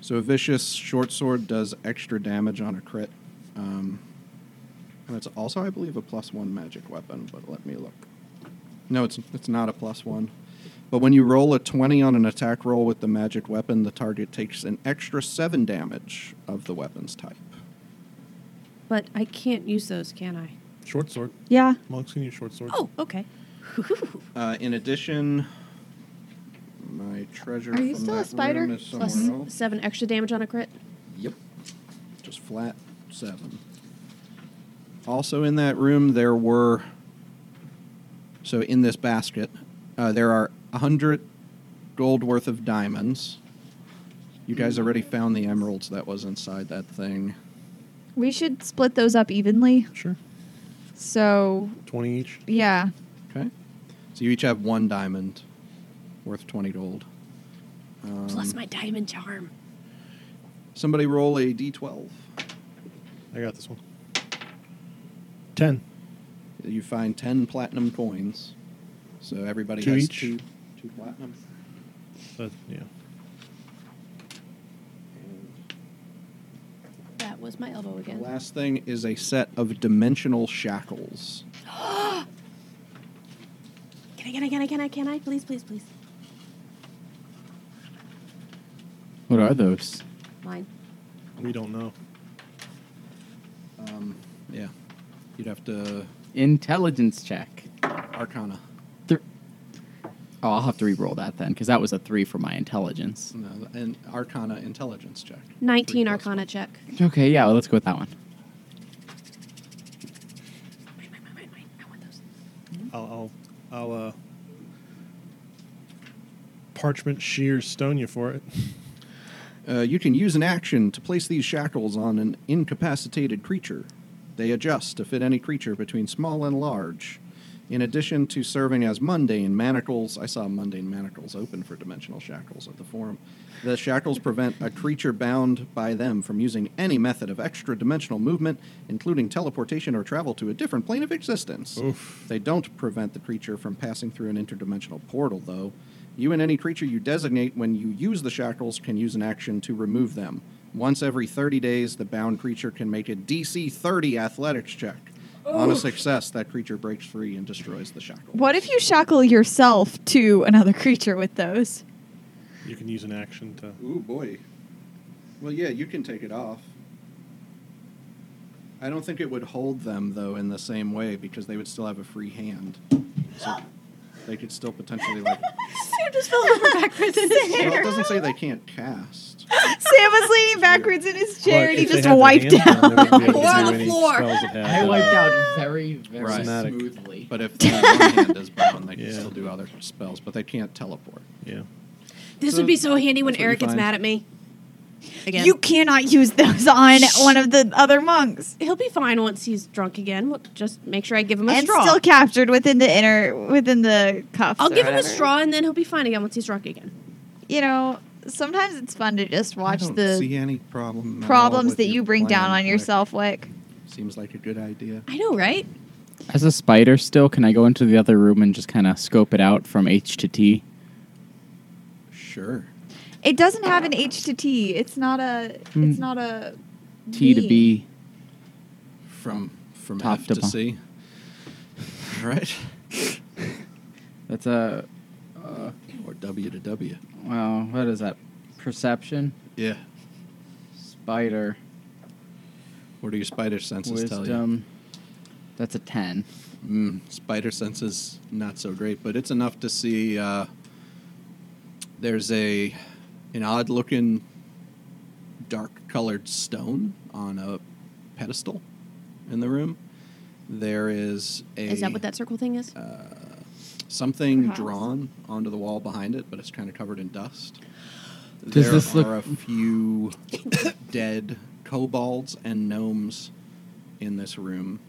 Speaker 2: So a vicious short sword does extra damage on a crit. Um, and it's also, I believe, a plus one magic weapon, but let me look. No, it's, it's not a plus one. But when you roll a 20 on an attack roll with the magic weapon, the target takes an extra seven damage of the weapon's type.
Speaker 1: But I can't use those, can I?
Speaker 5: Short sword.
Speaker 4: Yeah.
Speaker 5: Monks can use short sword.
Speaker 1: Oh, okay.
Speaker 2: Uh, in addition, my treasure.
Speaker 4: Are you
Speaker 2: from
Speaker 4: still a
Speaker 2: that
Speaker 4: spider?
Speaker 2: room is
Speaker 1: Plus
Speaker 2: somewhere else.
Speaker 1: seven extra damage on a crit.
Speaker 2: Yep. Just flat seven. Also in that room, there were. So in this basket, uh, there are a hundred gold worth of diamonds. You guys already found the emeralds that was inside that thing.
Speaker 4: We should split those up evenly.
Speaker 5: Sure.
Speaker 4: So
Speaker 5: 20 each.
Speaker 4: yeah.
Speaker 2: Okay. So you each have one diamond worth 20 gold. Um,
Speaker 1: Plus my diamond charm.
Speaker 2: Somebody roll a d12.
Speaker 5: I got this one. 10.
Speaker 2: You find 10 platinum coins. So everybody
Speaker 5: Two
Speaker 2: has
Speaker 5: each?
Speaker 2: two, two platinum.
Speaker 5: That, Uh, yeah.
Speaker 1: That was my elbow
Speaker 2: The
Speaker 1: again.
Speaker 2: last thing is a set of dimensional shackles.
Speaker 1: Can I, can I, can I, can I, can I? Please, please, please.
Speaker 3: What are those?
Speaker 1: Mine.
Speaker 5: We don't know.
Speaker 2: Um, yeah. You'd have to
Speaker 3: Intelligence check.
Speaker 2: Arcana.
Speaker 3: Thr- oh, I'll have to re-roll that then, because that was a three for my intelligence.
Speaker 2: No, an Arcana intelligence check.
Speaker 1: 19
Speaker 2: Three plus
Speaker 1: arcana
Speaker 2: one.
Speaker 1: check.
Speaker 3: Okay, yeah, well, let's go with that one.
Speaker 1: Wait, wait, wait, wait, wait. I want those.
Speaker 5: I'll, I'll, I'll uh, parchment shears stone you for it.
Speaker 2: Uh, you can use an action to place these shackles on an incapacitated creature. They adjust to fit any creature between small and large. In addition to serving as mundane manacles, I saw mundane manacles open for dimensional shackles at the forum. The shackles prevent a creature bound by them from using any method of extra dimensional movement, including teleportation or travel to a different plane of existence.
Speaker 5: Oof.
Speaker 2: They don't prevent the creature from passing through an interdimensional portal, though. You and any creature you designate when you use the shackles can use an action to remove them. Once every 30 days, the bound creature can make a DC 30 athletics check. On a success, that creature breaks free and destroys the shackle.
Speaker 4: What if you shackle yourself to another creature with those?
Speaker 5: You can use an action to.
Speaker 2: Ooh, boy. Well, yeah, you can take it off. I don't think it would hold them, though, in the same way because they would still have a free hand. So they could still potentially, like.
Speaker 1: Sam just fell over backwards in his
Speaker 2: Well, it
Speaker 1: chair.
Speaker 2: doesn't say they can't cast.
Speaker 4: Sam was leaning backwards in his chair and he
Speaker 5: If they
Speaker 4: just
Speaker 5: had their
Speaker 4: wiped
Speaker 5: hands
Speaker 4: out.
Speaker 5: down, they wouldn't be able
Speaker 1: Or
Speaker 5: to
Speaker 1: on
Speaker 5: do
Speaker 1: the
Speaker 5: any
Speaker 1: floor.
Speaker 5: spells that had,
Speaker 6: I
Speaker 5: uh,
Speaker 6: wiped out very, very
Speaker 2: Right.
Speaker 5: Somatic.
Speaker 6: smoothly.
Speaker 2: But if the one hand is bound, they can
Speaker 5: Yeah.
Speaker 2: still do other spells, but they can't teleport.
Speaker 5: Yeah.
Speaker 1: This would be so handy when
Speaker 2: That's what you
Speaker 1: Eric gets
Speaker 2: find.
Speaker 1: mad at me. Again.
Speaker 4: You cannot use those on one of the other monks.
Speaker 1: He'll be fine once he's drunk again. We'll just make sure I give him a
Speaker 4: And
Speaker 1: straw.
Speaker 4: still captured within the inner within the cuffs.
Speaker 1: I'll
Speaker 4: or
Speaker 1: give him a
Speaker 4: whatever.
Speaker 1: straw and then he'll be fine again once he's drunk again.
Speaker 4: You know, sometimes it's fun to just watch
Speaker 2: I don't see
Speaker 4: the
Speaker 2: any problem. at all
Speaker 4: problems
Speaker 2: with
Speaker 4: that
Speaker 2: your
Speaker 4: you bring down
Speaker 2: plan,
Speaker 4: on
Speaker 2: like,
Speaker 4: yourself, Wick.
Speaker 2: seems like a good idea.
Speaker 1: I know, right?
Speaker 3: As a spider, still, can I go into the other room and just kind of scope it out from H to T?
Speaker 2: Sure.
Speaker 4: It doesn't have an H to T. It's not a.
Speaker 2: Hmm.
Speaker 4: It's not a.
Speaker 3: T to
Speaker 4: V.
Speaker 3: B.
Speaker 2: From from
Speaker 3: Top
Speaker 2: F
Speaker 3: to
Speaker 2: to,
Speaker 3: bo-
Speaker 2: C. All right.
Speaker 3: That's a
Speaker 2: Or W to W.
Speaker 3: well. What is that? Perception.
Speaker 2: Yeah.
Speaker 3: Spider.
Speaker 2: What do your spider senses tell you?
Speaker 3: Wisdom. That's a ten.
Speaker 2: Mm, spider senses not so great, but it's enough to see. Uh, there's a an odd looking dark colored stone on a pedestal in the room. There is a uh,
Speaker 1: Is that what that circle thing is?
Speaker 2: something
Speaker 4: Perhaps.
Speaker 2: drawn onto the wall behind it, but it's kind of covered in dust.
Speaker 3: Does
Speaker 2: there
Speaker 3: this look-
Speaker 2: are a few dead kobolds and gnomes in this room.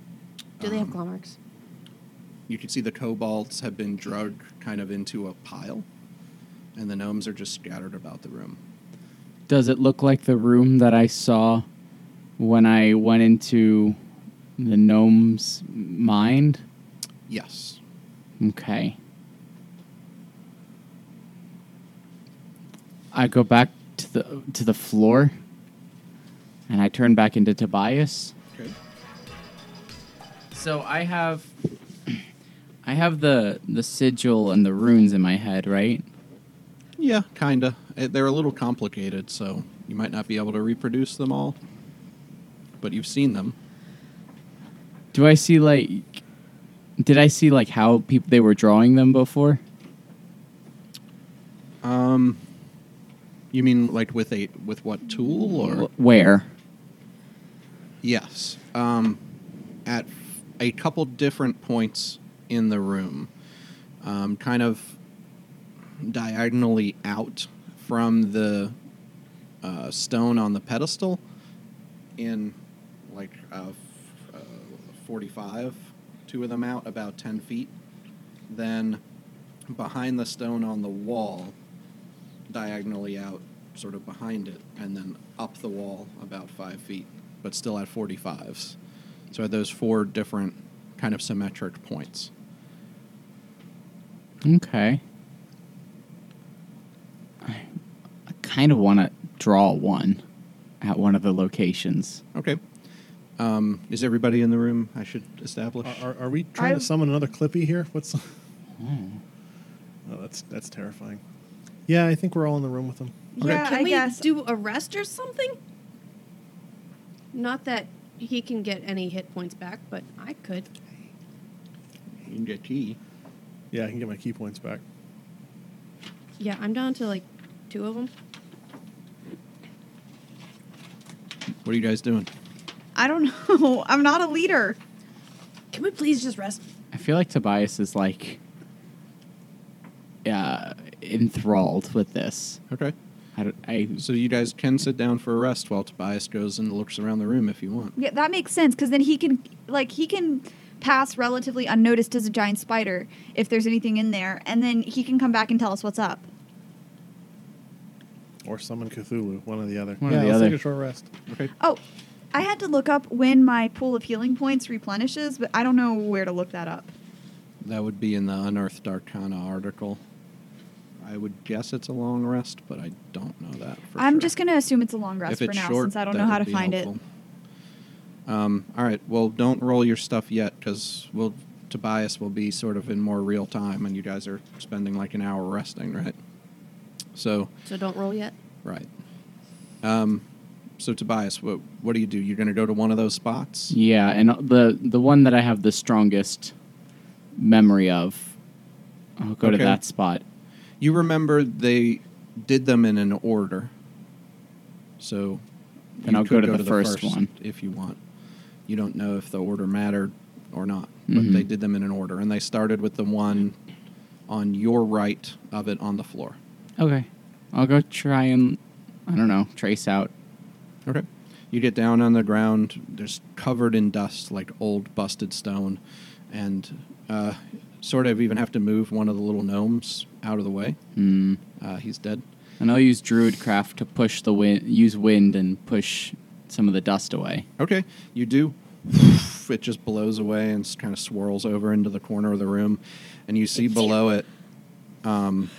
Speaker 1: Do they have
Speaker 2: Um,
Speaker 1: claw marks?
Speaker 2: You can see the kobolds have been drugged kind of into a pile, and the gnomes are just scattered about the room.
Speaker 3: Does it look like the room that I saw when I went into the gnome's mind?
Speaker 2: Yes.
Speaker 3: Okay. I go back to the to the floor, and I turn back into Tobias.
Speaker 2: Okay.
Speaker 3: So I have, I have the the sigil and the runes in my head, right?
Speaker 2: Yeah, kinda. Eh, They're a little complicated, so you might not be able to reproduce them all, but you've seen them.
Speaker 3: Do I see like, did I see like how people they were drawing them before?
Speaker 2: Um, you mean like with a with what tool or
Speaker 3: Wh- Where?
Speaker 2: yes? Um, at a couple different points in the room, um, kind of diagonally out from the uh, stone on the pedestal, in like uh, f- uh, forty-five, two of them out about ten feet, then behind the stone on the wall diagonally out, sort of behind it, and then up the wall about five feet, but still at 45s. So at those four different kind of symmetric points.
Speaker 3: Okay. I, I kind of want to draw one at one of the locations.
Speaker 2: Okay. Um, is everybody in the room? I should establish.
Speaker 5: Uh, Are, are, are we trying
Speaker 4: I've-
Speaker 5: to summon another Clippy here? What's? oh, that's that's terrifying. Yeah, I think we're all in the room with them.
Speaker 4: Yeah,
Speaker 1: Can
Speaker 4: I
Speaker 1: we
Speaker 4: guess.
Speaker 1: do a rest or something? Not that he can get any hit points back, but I could.
Speaker 2: You can get key.
Speaker 5: Yeah, I can get my key points back.
Speaker 1: Yeah, I'm down to like two of them.
Speaker 2: What are you guys doing?
Speaker 4: I don't know. I'm not a leader.
Speaker 1: Can we please just rest?
Speaker 3: I feel like Tobias is like uh, enthralled with this.
Speaker 2: Okay.
Speaker 3: I, don't- I
Speaker 2: So you guys can sit down for a rest while Tobias goes and looks around the room if you want.
Speaker 4: Yeah, that makes sense because then he can like he can pass relatively unnoticed as a giant spider if there's anything in there, and then he can come back and tell us what's up.
Speaker 5: Or summon Cthulhu, one or the other.
Speaker 3: One or
Speaker 5: yeah,
Speaker 3: the
Speaker 5: let's
Speaker 3: other.
Speaker 5: take a short rest.
Speaker 2: Okay.
Speaker 4: Oh, I had to look up when my pool of healing points replenishes, but I don't know where to look that up.
Speaker 2: That would be in the Unearthed Arcana article. I would guess it's a long rest, but I don't know that for
Speaker 4: I'm
Speaker 2: sure.
Speaker 4: just gonna assume it's a long
Speaker 2: If
Speaker 4: rest for
Speaker 2: it's
Speaker 4: now
Speaker 2: short,
Speaker 4: since I don't
Speaker 2: that
Speaker 4: know how
Speaker 2: would
Speaker 4: to
Speaker 2: be
Speaker 4: find it.
Speaker 2: helpful. Um, all right. Well, don't roll your stuff yet because we'll, Tobias will be sort of in more real time, and you guys are spending like an hour resting, right? So,
Speaker 1: So don't roll yet.
Speaker 2: right. Um, so Tobias, what what do you do? You're going to go to one of those spots.
Speaker 3: yeah, and the the one that I have the strongest memory of. I'll go to
Speaker 2: Okay.
Speaker 3: that spot.
Speaker 2: You remember they did them in an order. So
Speaker 3: Then
Speaker 2: you
Speaker 3: I'll
Speaker 2: could
Speaker 3: go to the first one.
Speaker 2: if you want. You don't know if the order mattered or not,
Speaker 3: Mhm.
Speaker 2: but they did them in an order and they started with the one on your right of it on the floor.
Speaker 3: Okay, I'll go try and I don't know trace out.
Speaker 2: Okay. You get down on the ground, there's covered in dust like old busted stone and uh, sort of even have to move one of the little gnomes out of the way.
Speaker 3: Hmm.
Speaker 2: Uh, he's dead.
Speaker 3: And I'll use Druidcraft to push the wind, use wind and push some of the dust away.
Speaker 2: Okay, you do. It just blows away and kind of swirls over into the corner of the room, and you see below it. Um,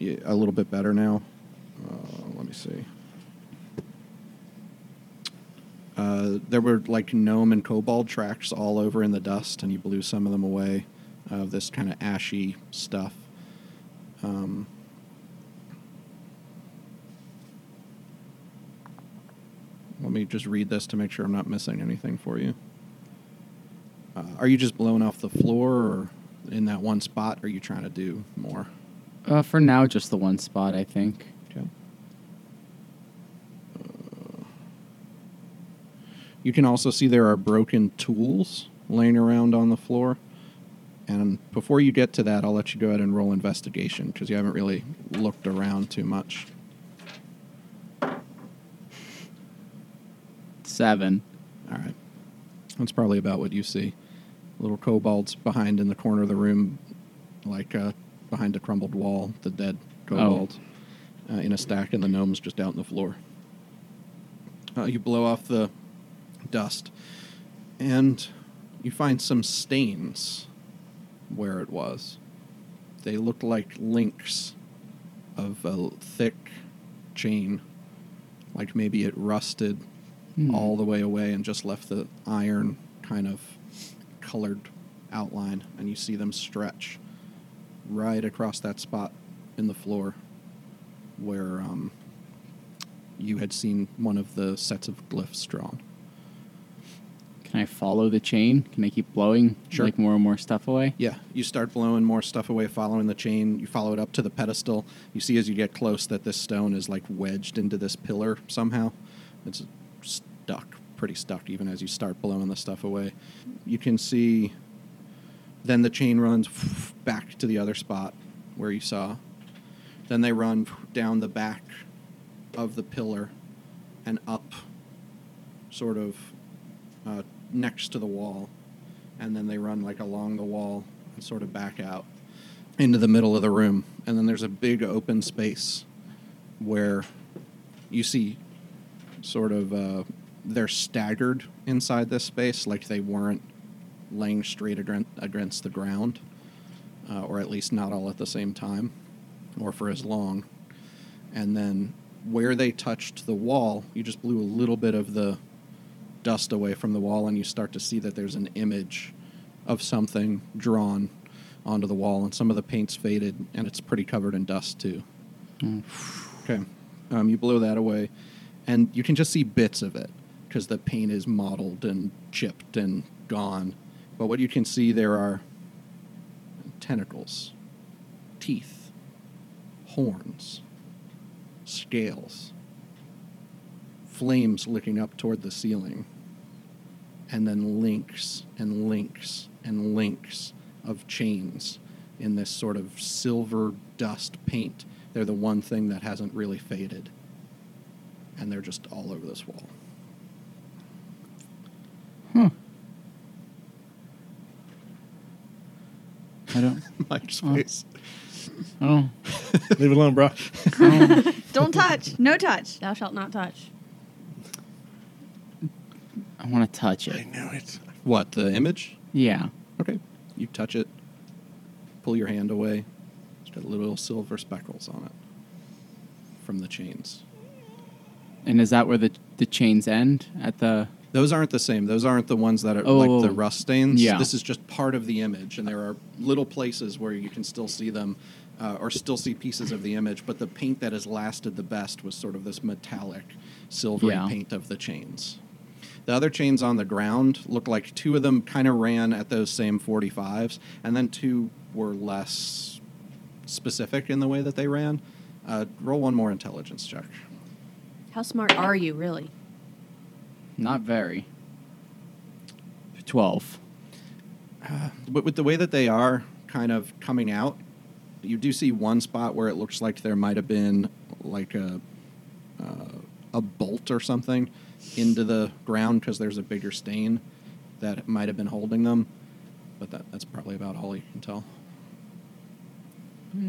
Speaker 2: y- a little bit better now. Uh, let me see. Uh, there were like gnome and kobold tracks all over in the dust, and you blew some of them away of this kind of ashy stuff. Um, Let me just read this to make sure I'm not missing anything for you. Uh, are you just blowing off the floor or in that one spot? Or are you trying to do more?
Speaker 3: Uh, for now, just the one spot, I think.
Speaker 2: Okay. Uh, You can also see there are broken tools laying around on the floor. And before you get to that, I'll let you go ahead and roll investigation because you haven't really looked around too much.
Speaker 3: Seven.
Speaker 2: All right. That's probably about what you see. Little kobolds behind in the corner of the room, like uh, behind a crumbled wall, the dead kobold uh, in a stack, and the gnomes just out on the floor. Uh, you blow off the dust, and you find some stains where it was. They look like links of a l- thick chain, like maybe it rusted
Speaker 3: Hmm.
Speaker 2: all the way away and just left the iron kind of colored outline, and you see them stretch right across that spot in the floor where um, you had seen one of the sets of glyphs drawn.
Speaker 3: Can I follow the chain? Can I keep blowing
Speaker 2: Sure.
Speaker 3: like more and more stuff away?
Speaker 2: Yeah, you start blowing more stuff away, following the chain. You follow it up to the pedestal. You see as you get close that this stone is like wedged into this pillar somehow. It's stuck, pretty stuck, even as you start blowing the stuff away. You can see then the chain runs back to the other spot where you saw. Then they run down the back of the pillar and up, sort of uh, next to the wall. And then they run like along the wall and sort of back out into the middle of the room. And then there's a big open space where you see sort of uh, they're staggered inside this space like they weren't laying straight against, against the ground, uh, or at least not all at the same time, or for as long. And then where they touched the wall, you just blew a little bit of the dust away from the wall, and you start to see that there's an image of something drawn onto the wall, and some of the paint's faded, and it's pretty covered in dust too.
Speaker 3: Mm.
Speaker 2: Okay. Um, you blow that away, and you can just see bits of it because the paint is mottled and chipped and gone. But what you can see there are tentacles, teeth, horns, scales, flames licking up toward the ceiling, and then links and links and links of chains in this sort of silver dust paint They're the one thing that hasn't really faded. And they're just all over this wall.
Speaker 3: Huh. I don't.
Speaker 2: Mike's
Speaker 3: Oh.
Speaker 2: face.
Speaker 3: I don't.
Speaker 5: Leave it alone, bro.
Speaker 3: I don't
Speaker 4: Don't touch. No touch.
Speaker 1: Thou shalt not touch.
Speaker 3: I want to touch
Speaker 5: I
Speaker 3: it.
Speaker 5: knew it.
Speaker 2: What, the image?
Speaker 3: Yeah.
Speaker 2: Okay. You touch it, pull your hand away. It's got little silver speckles on it from the chains.
Speaker 3: And is that where the the chains end at the?
Speaker 2: Those aren't the same. Those aren't the ones that are
Speaker 3: Oh,
Speaker 2: like the rust stains.
Speaker 3: yeah.
Speaker 2: This is just part of the image, and there are little places where you can still see them uh, or still see pieces of the image, but the paint that has lasted the best was sort of this metallic, silvery
Speaker 3: Yeah.
Speaker 2: paint of the chains. The other chains on the ground look like two of them kind of ran at those same 45s, and then two were less specific in the way that they ran. Uh, roll one more intelligence check.
Speaker 1: How smart are you, really?
Speaker 3: Not very. Twelve.
Speaker 2: But with the way that they are kind of coming out, you do see one spot where it looks like there might have been like a uh, a bolt or something into the ground because there's a bigger stain that might have been holding them. But that, that's probably about all you can tell.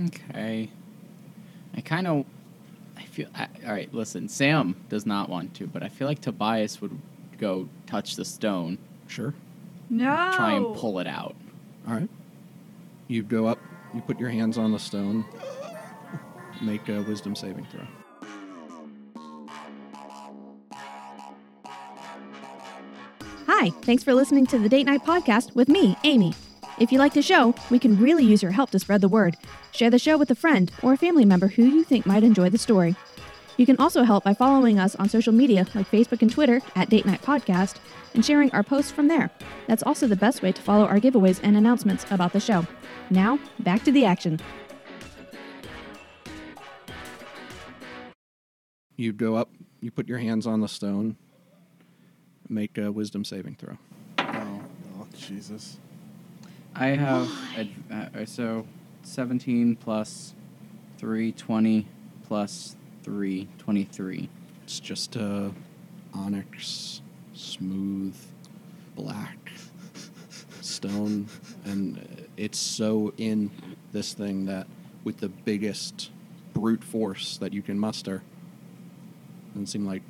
Speaker 3: Okay. I kind of. I feel. I, all right, listen. Sam does not want to, but I feel like Tobias would go touch the stone,
Speaker 2: Sure.
Speaker 4: No.
Speaker 3: try and pull it out.
Speaker 2: All right. You go up. You put your hands on the stone. Make a wisdom saving throw.
Speaker 6: Hi, thanks for listening to the Date Night Podcast with me, Amy. If you like the show, we can really use your help to spread the word. Share the show with a friend or a family member who you think might enjoy the story. You can also help by following us on social media like Facebook and Twitter at Date Night Podcast and sharing our posts from there. That's also the best way to follow our giveaways and announcements about the show. Now, back to the action.
Speaker 2: You go up. You put your hands on the stone. Make a wisdom saving throw.
Speaker 5: Oh, oh Jesus.
Speaker 3: I have ad, uh, so 17 plus 3, 20 plus 3, 23.
Speaker 2: It's just a onyx, smooth, black stone, and it's so in this thing that with the biggest brute force that you can muster, doesn't seem like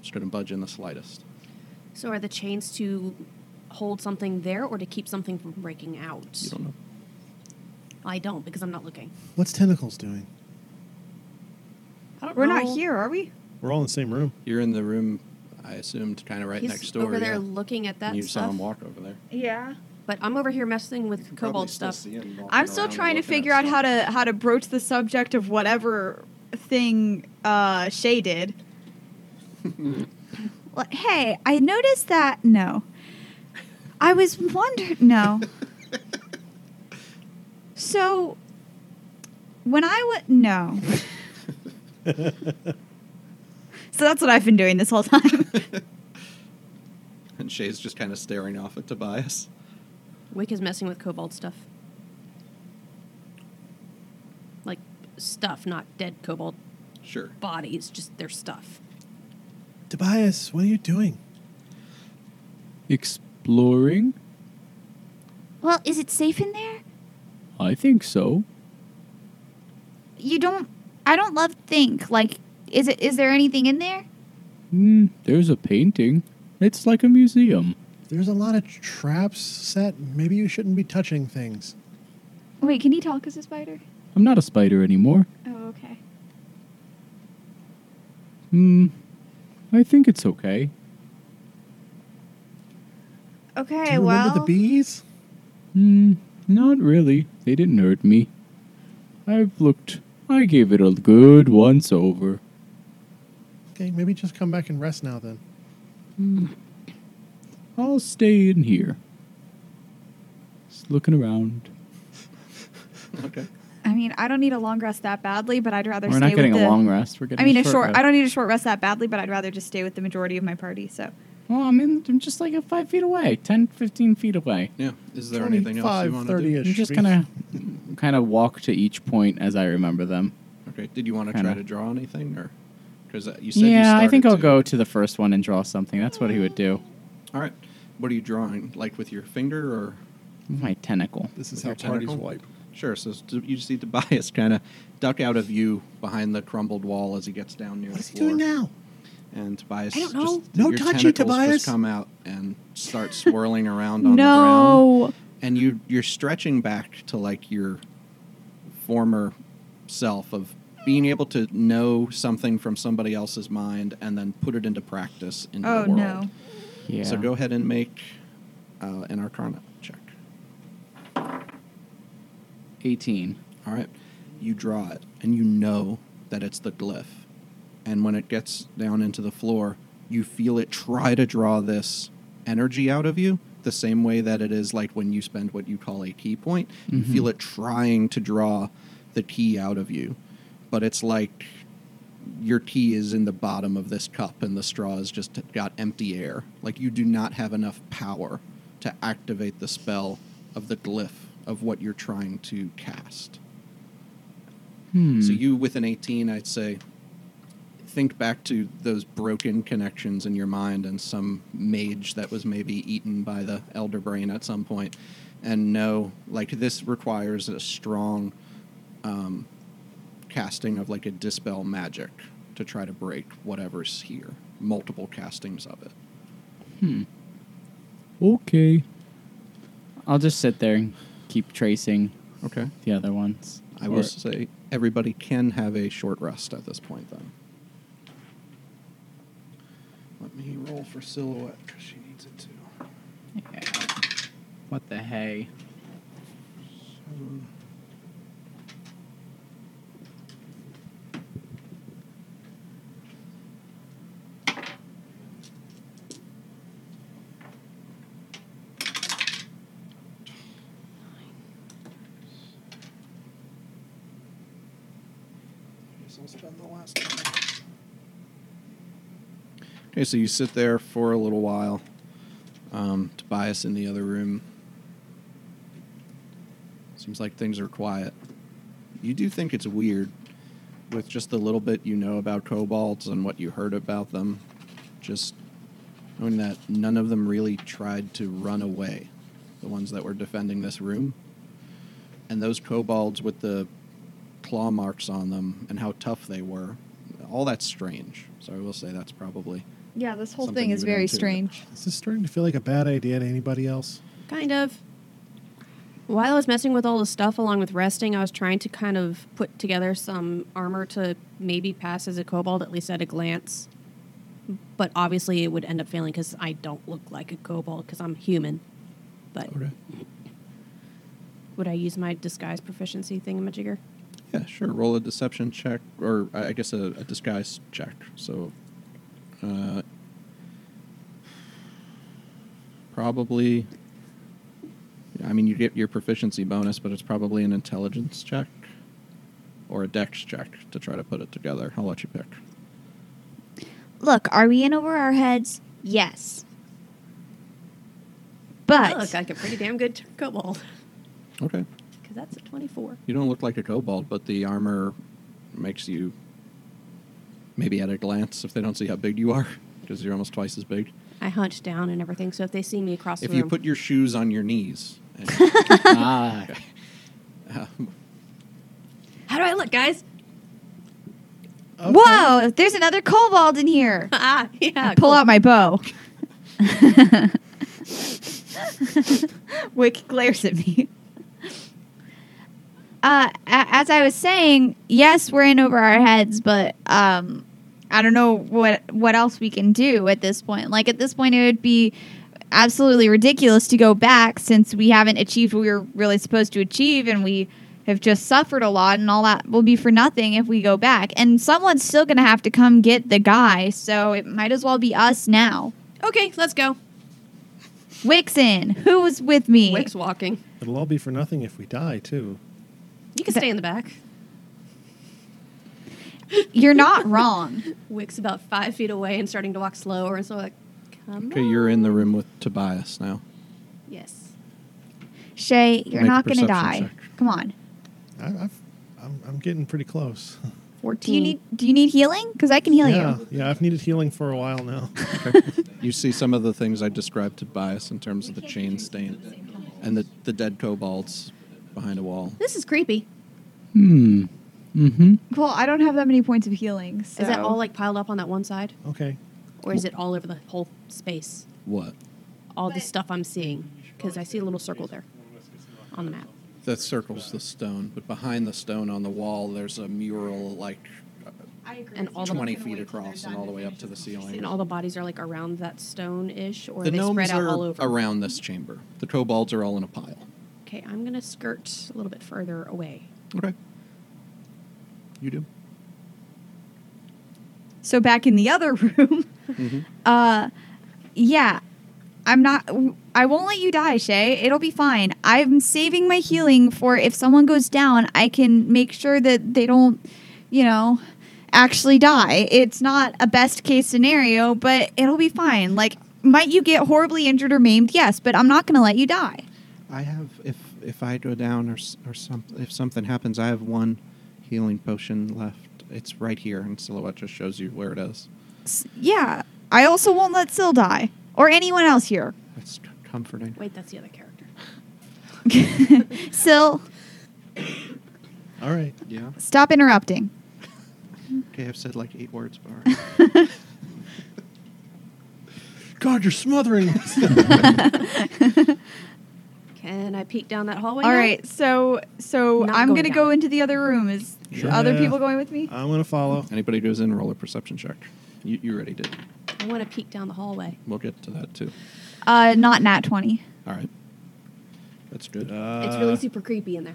Speaker 2: it's going to budge in the slightest.
Speaker 1: So are the chains to hold something there or to keep something from breaking out?
Speaker 2: You don't know.
Speaker 1: I don't because I'm not looking.
Speaker 5: What's tentacles doing?
Speaker 1: I don't
Speaker 4: We're not
Speaker 1: know.
Speaker 4: here, are we?
Speaker 5: We're all in the same room.
Speaker 2: You're in the room, I assumed, kind of right
Speaker 1: He's
Speaker 2: next door.
Speaker 1: over there
Speaker 2: yeah.
Speaker 1: looking at that
Speaker 2: you
Speaker 1: stuff.
Speaker 2: saw him walk over there.
Speaker 4: Yeah.
Speaker 1: But I'm over here messing with kobold stuff.
Speaker 4: I'm still trying to figure out how to how to broach the subject of whatever thing uh, Shay did. Well, hey, I noticed that. No, I was wondering. No. so when I was no. so that's what I've been doing this whole time.
Speaker 2: And Shay's just kind of staring off at Tobias.
Speaker 1: Wick is messing with kobold stuff. Like stuff, not dead kobold
Speaker 2: Sure.
Speaker 1: bodies, just their stuff.
Speaker 5: Tobias, what are you doing?
Speaker 3: Exploring?
Speaker 4: well, is it safe in there?
Speaker 3: I think so.
Speaker 4: You don't. I don't love think. Like, is it? Is there anything in there?
Speaker 3: Mm, there's a painting. It's like a museum.
Speaker 5: There's a lot of traps set. Maybe you shouldn't be touching things.
Speaker 4: Wait, can he talk as a spider?
Speaker 3: I'm not a spider anymore.
Speaker 4: Oh, okay.
Speaker 3: Hmm. I think it's okay.
Speaker 4: Okay,
Speaker 5: Do you
Speaker 4: well.
Speaker 5: remember the bees?
Speaker 3: Hmm. Not really. They didn't hurt me. I've looked. I gave it a good once over.
Speaker 5: Okay, maybe just come back and rest now then.
Speaker 3: I'll stay in here. Just looking around.
Speaker 2: Okay.
Speaker 4: I mean, I don't need a long rest that badly, but I'd rather
Speaker 3: We're
Speaker 4: stay
Speaker 3: not getting
Speaker 4: with
Speaker 3: a
Speaker 4: the,
Speaker 3: long rest. We're getting.
Speaker 4: I mean,
Speaker 3: a
Speaker 4: a short.
Speaker 3: rest.
Speaker 4: I don't need a short rest that badly, but I'd rather just stay with the majority of my party. So,
Speaker 3: Well, I mean, I'm just like five feet away, 10, 15 feet away.
Speaker 2: Yeah. Is there anything else you want to do?
Speaker 5: 25,
Speaker 3: I'm just
Speaker 5: 30-ish.
Speaker 3: gonna kind of walk to each point as I remember them.
Speaker 2: Okay. Did you want to
Speaker 3: Kinda.
Speaker 2: try to draw anything, or because you said you
Speaker 3: yeah, I
Speaker 2: started
Speaker 3: think I'll
Speaker 2: to-
Speaker 3: go to the first one and draw something. That's what he would do.
Speaker 2: All right. What are you drawing? Like with your finger, or
Speaker 3: My tentacle.
Speaker 5: This
Speaker 2: With
Speaker 5: is
Speaker 2: your
Speaker 5: how parties
Speaker 2: tentacle?
Speaker 5: wipe.
Speaker 2: sure. So s- you just need to bias kind of duck out of view behind the crumbled wall as he gets down near
Speaker 5: What
Speaker 2: the
Speaker 5: is he doing
Speaker 2: floor.
Speaker 5: now?
Speaker 2: and Tobias.
Speaker 1: I don't know.
Speaker 2: Just,
Speaker 5: No
Speaker 2: your
Speaker 5: touchy,
Speaker 2: tentacles
Speaker 5: Tobias.
Speaker 2: Just come out and start swirling around on the ground,
Speaker 4: No.
Speaker 2: and you you're stretching back to like your former self of being able to know something from somebody else's mind and then put it into practice in
Speaker 4: Oh,
Speaker 2: the world.
Speaker 4: no.
Speaker 3: Yeah.
Speaker 2: So go ahead and make uh, an Arcana check.
Speaker 3: 18.
Speaker 2: All right. You draw it, and you know that it's the glyph. And when it gets down into the floor, you feel it try to draw this energy out of you the same way that it is like when you spend what you call a key point. You
Speaker 3: Mhm.
Speaker 2: feel it trying to draw the key out of you. But it's like your key is in the bottom of this cup and the straw has just got empty air. Like you do not have enough power to activate the spell of the glyph of what you're trying to cast.
Speaker 3: Hmm.
Speaker 2: So you with an 18, I'd say think back to those broken connections in your mind and some mage that was maybe eaten by the elder brain at some point and know like this requires a strong um, casting of like a dispel magic to try to break whatever's here multiple castings of it
Speaker 3: Hmm. Okay. I'll just sit there and keep tracing
Speaker 2: okay
Speaker 3: the other ones.
Speaker 2: i
Speaker 3: Or-
Speaker 2: will say everybody can have a short rest at this point then let me roll for silhouette because she needs it too
Speaker 3: What the hey?
Speaker 2: Okay, so you sit there for a little while. Um, Tobias in the other room. Seems like things are quiet. You do think it's weird, with just the little bit you know about kobolds and what you heard about them, just knowing that none of them really tried to run away, the ones that were defending this room. And those kobolds with the claw marks on them and how tough they were. All that's strange. So I will say that's probably.
Speaker 4: Yeah, this whole
Speaker 2: Something
Speaker 4: thing
Speaker 2: you
Speaker 4: is
Speaker 2: would
Speaker 4: very
Speaker 2: intuit.
Speaker 4: strange.
Speaker 5: This is starting to feel like a bad idea to anybody else.
Speaker 1: Kind of. While I was messing with all the stuff along with resting, I was trying to kind of put together some armor to maybe pass as a kobold, at least at a glance. But obviously, it would end up failing because I don't look like a kobold because I'm human. But would I use my disguise proficiency thingamajigger?
Speaker 2: Yeah, sure. Roll a deception check, or I I guess a, a disguise check. So, uh, probably. I mean, you get your proficiency bonus, but it's probably an intelligence check or a dex check to try to put it together. I'll let you pick.
Speaker 4: Look, are we in over our heads? Yes.
Speaker 1: I
Speaker 4: But
Speaker 1: look like a pretty damn good t- kobold
Speaker 2: Okay.
Speaker 1: because that's a 24.
Speaker 2: You don't look like a kobold, but the armor makes you maybe at a glance if they don't see how big you are because you're almost twice as big.
Speaker 1: I hunch down and everything, so if they see me across
Speaker 2: If
Speaker 1: the
Speaker 2: you
Speaker 1: room,
Speaker 2: put your shoes on your knees, and,
Speaker 3: ah.
Speaker 1: how do I look, guys?
Speaker 4: whoa, there's another kobold in here.
Speaker 1: ah, yeah.
Speaker 4: I pull
Speaker 1: cool.
Speaker 4: out my bow. Wick glares at me. Uh, a- as I was saying, yes, we're in over our heads, but um, I don't know what what else we can do at this point. Like at this point, it would be absolutely ridiculous to go back since we haven't achieved what we were really supposed to achieve, and we have just suffered a lot, and all that will be for nothing if we go back. And someone's still going to have to come get the guy, so it might as well be us now.
Speaker 1: Okay, let's go.
Speaker 4: Wixen, who was with me?
Speaker 1: Wick's walking.
Speaker 5: It'll all be for nothing if we die, too.
Speaker 1: You can stay in the back.
Speaker 4: You're not wrong.
Speaker 1: Wick's about five feet away and starting to walk slower, and so like, come
Speaker 2: okay,
Speaker 1: on.
Speaker 2: you're in the room with Tobias now.
Speaker 1: Yes.
Speaker 4: Shay, you're
Speaker 2: Make a
Speaker 4: not going to
Speaker 2: perception
Speaker 4: die.
Speaker 2: check.
Speaker 4: Come on.
Speaker 5: I, I've, I'm, I'm getting pretty close.
Speaker 1: 14.
Speaker 4: Do you need Do you need healing? Because I can heal
Speaker 5: yeah,
Speaker 4: you.
Speaker 5: yeah. I've needed healing for a while now.
Speaker 2: You see some of the things I described to Bias in terms of the chain stain and the, the dead kobolds behind a wall.
Speaker 1: this is creepy.
Speaker 3: Hmm. Mm-hmm.
Speaker 4: Cool. I don't have that many points of healing. So.
Speaker 1: Is that all like piled up on that one side?
Speaker 5: Okay.
Speaker 1: Or is it all over the whole space?
Speaker 2: What?
Speaker 1: All the stuff I'm seeing? Because I see a little circle there on the map.
Speaker 2: That circles the stone, but behind the stone on the wall, there's a mural like uh,
Speaker 1: And all the
Speaker 2: 20 feet across and all the way up to the ceiling.
Speaker 1: and all the bodies are like around that stone ish, or
Speaker 2: the
Speaker 1: they
Speaker 2: gnomes
Speaker 1: spread out
Speaker 2: are
Speaker 1: all over.
Speaker 2: around this chamber. The kobolds are all in a pile.
Speaker 1: Okay, I'm gonna skirt a little bit further away.
Speaker 2: Okay. You do.
Speaker 4: So back in the other room. Uh, yeah. I'm not. I won't let you die, Shay. It'll be fine. I'm saving my healing for if someone goes down, I can make sure that they don't, you know, actually die. It's not a best case scenario, but it'll be fine. Like, might you get horribly injured or maimed? Yes, but I'm not going to let you die.
Speaker 2: I have if if I go down or s- or some if something happens, I have one healing potion left. It's right here, and silhouette just shows you where it is.
Speaker 4: S- yeah. I also won't let Syl die or anyone else here.
Speaker 2: It's c- comforting.
Speaker 1: Wait, that's the other character.
Speaker 4: Syl,
Speaker 5: All right.
Speaker 2: Yeah.
Speaker 4: stop interrupting.
Speaker 2: Okay, I've said like eight words, but all right.
Speaker 5: God, you're smothering.
Speaker 1: Can I peek down that hallway?
Speaker 4: All
Speaker 1: now?
Speaker 4: right, so so
Speaker 1: Not
Speaker 4: I'm
Speaker 1: going
Speaker 4: gonna
Speaker 1: down.
Speaker 4: go into the other room. Is
Speaker 5: Sure.
Speaker 4: other
Speaker 5: Yeah.
Speaker 4: people going with me?
Speaker 3: Uh,
Speaker 5: I'm gonna follow.
Speaker 2: Anybody goes in, roll a perception check. You you already did.
Speaker 1: I want to peek down the hallway.
Speaker 2: We'll get to that too.
Speaker 4: Uh, not nat twenty.
Speaker 2: All right. That's good.
Speaker 5: Uh,
Speaker 1: it's really super creepy in there.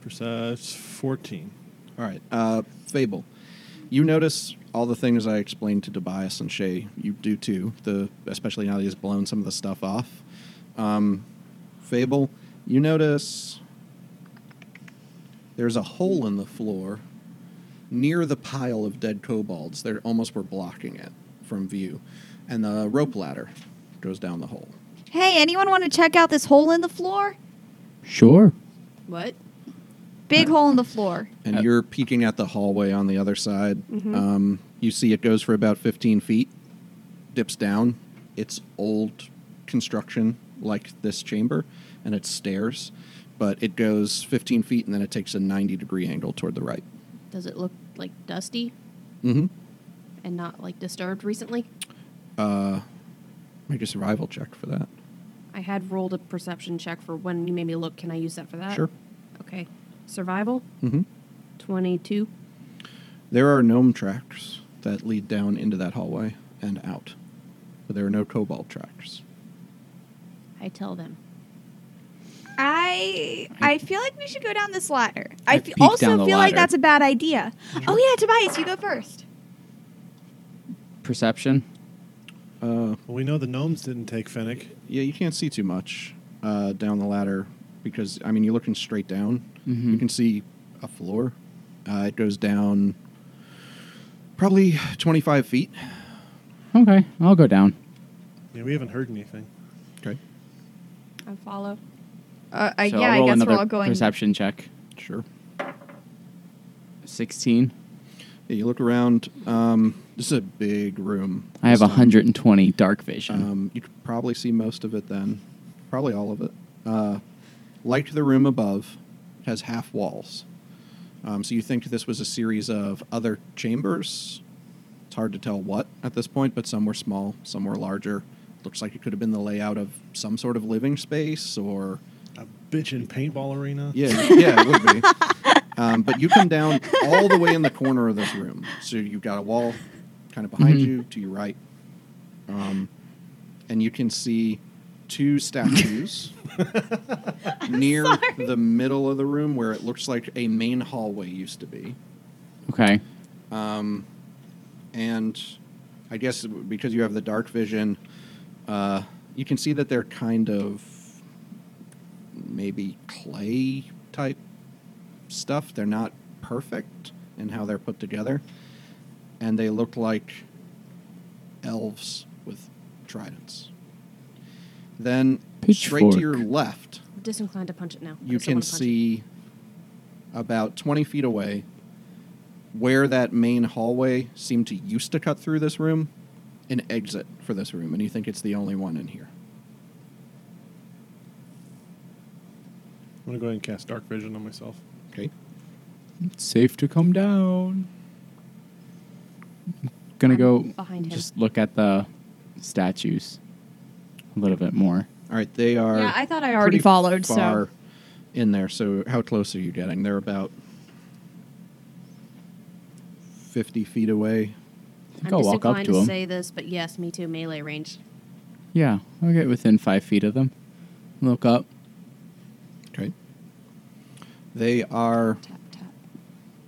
Speaker 5: perce- 14.
Speaker 2: All right, uh, Fable. You notice all the things I explained to Tobias and Shay. You do too. The especially now that he's blown some of the stuff off. Um, Fable, you notice there's a hole in the floor near the pile of dead kobolds. They almost were blocking it from view, and the rope ladder goes down the hole.
Speaker 4: Hey, anyone want to check out this hole in the floor?
Speaker 3: Sure.
Speaker 1: What?
Speaker 4: Big hole in the floor.
Speaker 2: and
Speaker 3: Uh,
Speaker 2: you're peeking at the hallway on the other side. Um, you see it goes for about 15 feet, dips down. It's old construction like this chamber, and it's stairs, but it goes 15 feet and then it takes a 90 degree angle toward the right.
Speaker 1: Does it look like dusty
Speaker 2: Mm-hmm.
Speaker 1: and not like disturbed recently?
Speaker 2: Uh, make a survival check for that.
Speaker 1: I had rolled a perception check for when you made me look. Can I use that for that?
Speaker 2: Sure.
Speaker 1: Okay. Survival,
Speaker 2: Mm-hmm.
Speaker 1: 22.
Speaker 2: There are gnome tracks that lead down into that hallway and out, but there are no cobalt tracks.
Speaker 1: I tell them.
Speaker 4: I I feel like we should go down this ladder. I
Speaker 3: I
Speaker 4: fe-
Speaker 3: peeked
Speaker 4: also
Speaker 3: down the
Speaker 4: feel like
Speaker 3: ladder.
Speaker 4: that's a bad idea. Oh yeah, Tobias, you go first.
Speaker 3: Perception.
Speaker 2: Uh,
Speaker 5: Well, we know the gnomes didn't take Fennec.
Speaker 2: Yeah, you can't see too much uh, down the ladder because I mean you're looking straight down.
Speaker 3: Mhm.
Speaker 2: You can see a floor. Uh, it goes down probably 25 feet.
Speaker 3: Okay, I'll go down.
Speaker 5: Yeah, we haven't heard anything.
Speaker 2: Okay,
Speaker 1: I follow.
Speaker 4: Uh, I
Speaker 3: So
Speaker 4: yeah,
Speaker 3: I'll
Speaker 4: I
Speaker 3: roll
Speaker 4: guess
Speaker 3: another
Speaker 4: we're all going.
Speaker 3: Perception check.
Speaker 2: sure.
Speaker 3: Sixteen.
Speaker 2: Yeah, you look around. Um, this is a big room.
Speaker 3: I have
Speaker 2: This time.
Speaker 3: 120 dark vision.
Speaker 2: Um, you could probably see most of it then, probably all of it. Uh, like the room above, it has half walls. Um, so you think this was a series of other chambers? It's hard to tell what at this point, but some were small, some were larger. Looks like it could have been the layout of some sort of living space or
Speaker 5: A bitchin' paintball arena.
Speaker 2: yeah, yeah, it would be. Um, but you come down all the way in the corner of this room. So you've got a wall kind of behind
Speaker 3: Mhm.
Speaker 2: you to your right. Um, and you can see two statues near the middle of the room where it looks like a main hallway used to be.
Speaker 3: okay.
Speaker 2: Um, and I guess because you have the dark vision, uh, you can see that they're kind of maybe clay type stuff. They're not perfect in how they're put together. And they look like elves with tridents. Then, straight to your
Speaker 3: Pitchfork.
Speaker 2: left,
Speaker 1: I'm disinclined to punch it now. I
Speaker 2: you
Speaker 1: just don't
Speaker 2: can
Speaker 1: wanna punch it.
Speaker 2: see about 20 feet away, where that main hallway seemed to used to cut through this room, an exit for this room, and you think it's the only one in here.
Speaker 5: I'm gonna go ahead and cast dark vision on myself.
Speaker 2: Okay.
Speaker 3: It's safe to come down. Gonna
Speaker 1: I'm
Speaker 3: go
Speaker 1: behind him.
Speaker 3: just look at the statues a little bit more.
Speaker 2: All right, they are.
Speaker 4: Yeah, I thought I already
Speaker 2: pretty
Speaker 4: followed, so-
Speaker 2: Far in there. So how close are you getting? They're about 50 feet away.
Speaker 3: I think
Speaker 1: I'm
Speaker 3: will
Speaker 1: just
Speaker 3: walk up
Speaker 1: inclined
Speaker 3: to them.
Speaker 1: say this, but yes, me too. Melee range.
Speaker 3: Yeah, I'll get within five feet of them. Look up.
Speaker 2: Okay. They are
Speaker 1: Tap tap.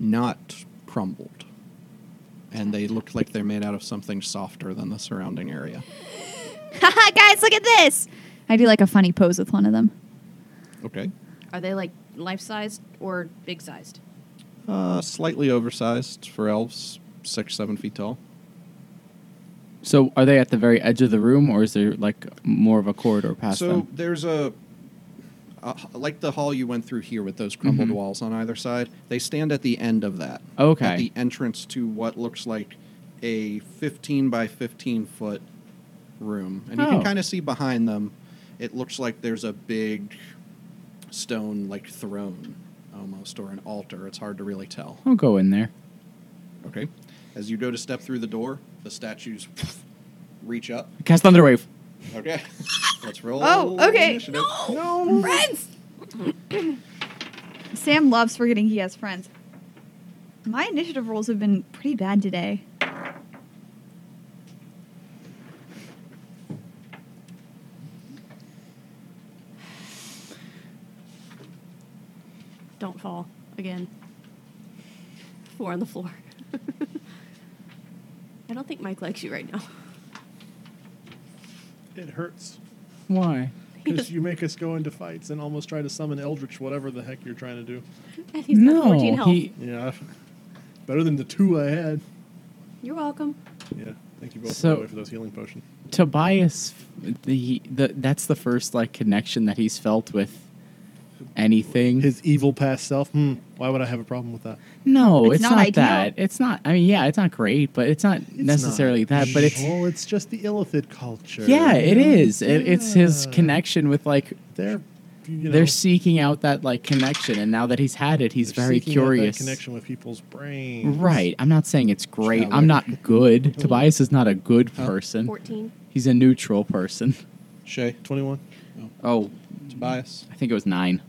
Speaker 2: not crumbled. And they look like they're made out of something softer than the surrounding area.
Speaker 4: Haha, guys, look at this. I do like a funny pose with one of them.
Speaker 2: Okay.
Speaker 1: Are they like life sized or big sized?
Speaker 2: Uh, slightly oversized for elves, six, seven feet tall.
Speaker 3: So, are they at the very edge of the room, or is there like more of a corridor past
Speaker 2: so
Speaker 3: them?
Speaker 2: there's a, a h- like the hall you went through here with those crumbled walls on either side. They stand at the end of that.
Speaker 3: Mm-hmm. Okay.
Speaker 2: At the entrance to what looks like a 15 by 15 foot room, and you
Speaker 3: Oh.
Speaker 2: can kind of see behind them. It looks like there's a big stone like throne almost or an altar. It's hard to really tell.
Speaker 3: I'll go in there.
Speaker 2: Okay. As you go to step through the door, the statues reach up.
Speaker 3: Cast Thunderwave.
Speaker 2: Okay. Let's roll.
Speaker 4: Oh, okay.
Speaker 2: initiative.
Speaker 4: Friends! Sam loves forgetting he has friends. My initiative rolls have been pretty bad today.
Speaker 1: Don't fall again. Four on the floor. I don't think Mike likes you right now.
Speaker 5: It hurts
Speaker 3: Why?
Speaker 5: because you make us go into fights and almost try to summon Eldritch, whatever the heck you're trying to do.
Speaker 1: And he's got 14 health.
Speaker 3: he-
Speaker 5: Yeah, better than the two I had.
Speaker 1: You're welcome.
Speaker 5: Yeah, thank you both
Speaker 3: So-
Speaker 5: by the way, for those healing potion.
Speaker 3: Tobias, the, the that's the first like connection that he's felt with anything.
Speaker 5: His evil past self. Hmm. Why would I have a problem with that?
Speaker 3: no,
Speaker 4: It's
Speaker 3: it's,
Speaker 4: not
Speaker 3: not,
Speaker 4: ideal.
Speaker 3: that. It's not. I mean, yeah, it's not great, but it's not necessarily that. But it's
Speaker 5: well, it's just the Illithid culture.
Speaker 3: yeah,
Speaker 5: you
Speaker 3: it
Speaker 5: know?
Speaker 3: is. It, it's his
Speaker 5: Yeah.
Speaker 3: connection with like
Speaker 5: They're you know,
Speaker 3: they're seeking out that like connection, and now that he's had it, he's
Speaker 5: they're
Speaker 3: very
Speaker 5: seeking out that
Speaker 3: curious.
Speaker 5: connection with people's brains.
Speaker 3: Right. I'm not saying it's great.
Speaker 2: Traveler.
Speaker 3: I'm not good. Tobias is not a good
Speaker 5: Oh.
Speaker 3: person.
Speaker 1: 14.
Speaker 3: He's a neutral person.
Speaker 2: Shay,
Speaker 5: Twenty-one.
Speaker 3: Oh,
Speaker 2: Tobias,
Speaker 3: I think it was nine.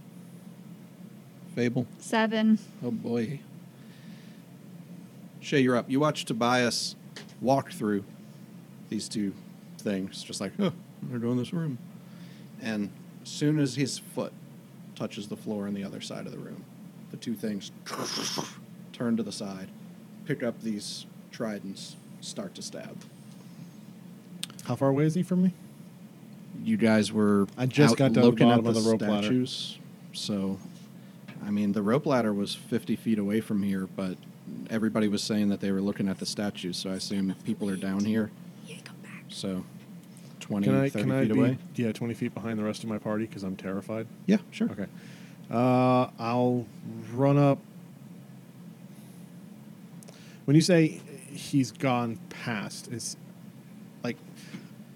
Speaker 2: Fable.
Speaker 4: Seven.
Speaker 2: Oh boy. Shay, you're up. You watch Tobias walk through these two things, just like, oh, they're going this room. And as soon as his foot touches the floor on the other side of the room, the two things turn to the side, pick up these tridents, start to stab.
Speaker 5: How far away is he from me?
Speaker 2: You guys were
Speaker 5: I just
Speaker 2: out
Speaker 5: got down to the
Speaker 2: looking
Speaker 5: bottom
Speaker 2: at
Speaker 5: of the rope ladder.
Speaker 2: statues, So, I mean, the rope ladder was 50 feet away from here, but everybody was saying that they were looking at the statues. So I assume people are down here.
Speaker 1: You can come back.
Speaker 2: So 20,
Speaker 5: Can I?
Speaker 2: 30
Speaker 5: Can I
Speaker 2: feet
Speaker 5: be?
Speaker 2: away.
Speaker 5: Yeah, twenty feet behind the rest of my party because I'm terrified.
Speaker 2: Yeah, sure.
Speaker 5: Okay. Uh, I'll run up. When you say he's gone past, is like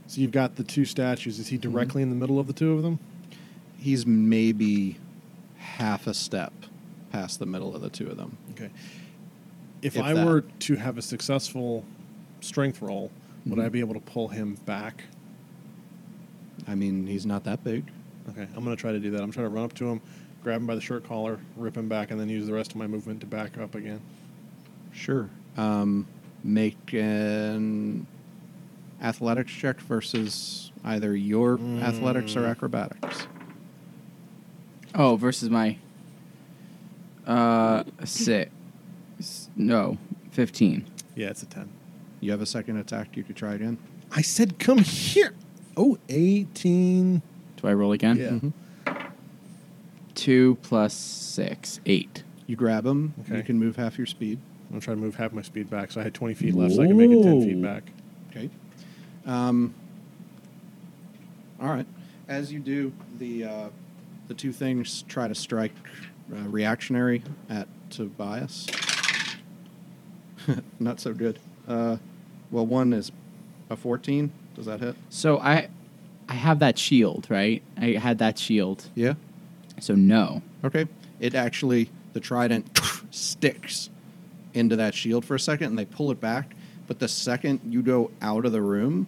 Speaker 5: so you've got the two statues. Is he directly in the middle of the two of them?
Speaker 2: He's maybe half a step past the middle of the two of them.
Speaker 5: Okay. If,
Speaker 2: If
Speaker 5: I
Speaker 2: that.
Speaker 5: were to have a successful strength roll, would I be able to pull him back?
Speaker 2: I mean, he's not that big.
Speaker 5: Okay, I'm gonna try to do that. I'm trying to run up to him, grab him by the shirt collar, rip him back, and then use the rest of my movement to back up again.
Speaker 2: Sure. Um, make an athletics check versus either your athletics or acrobatics.
Speaker 3: Oh, versus my uh six. No, fifteen.
Speaker 5: Yeah, it's a ten.
Speaker 2: You have a second attack. You could try again.
Speaker 5: I said, come here. Oh, 18.
Speaker 3: Do I roll again?
Speaker 5: Yeah.
Speaker 2: Mhm.
Speaker 3: Two plus six, eight.
Speaker 2: You grab him.
Speaker 5: Okay.
Speaker 2: You can move half your speed.
Speaker 5: I'm going to try to move half my speed back. So I had 20 feet left, so I can make it 10 feet
Speaker 3: Whoa.
Speaker 5: back.
Speaker 2: Okay. Um, all right. As you do, the uh, the two things try to strike uh, reactionary at Tobias. Not so good. Uh, well, one is a 14. Does that hit?
Speaker 3: So I, I have that shield, right? I had that shield.
Speaker 2: Yeah.
Speaker 3: So no.
Speaker 2: Okay. It actually, the trident sticks into that shield for a second and they pull it back. But the second you go out of the room,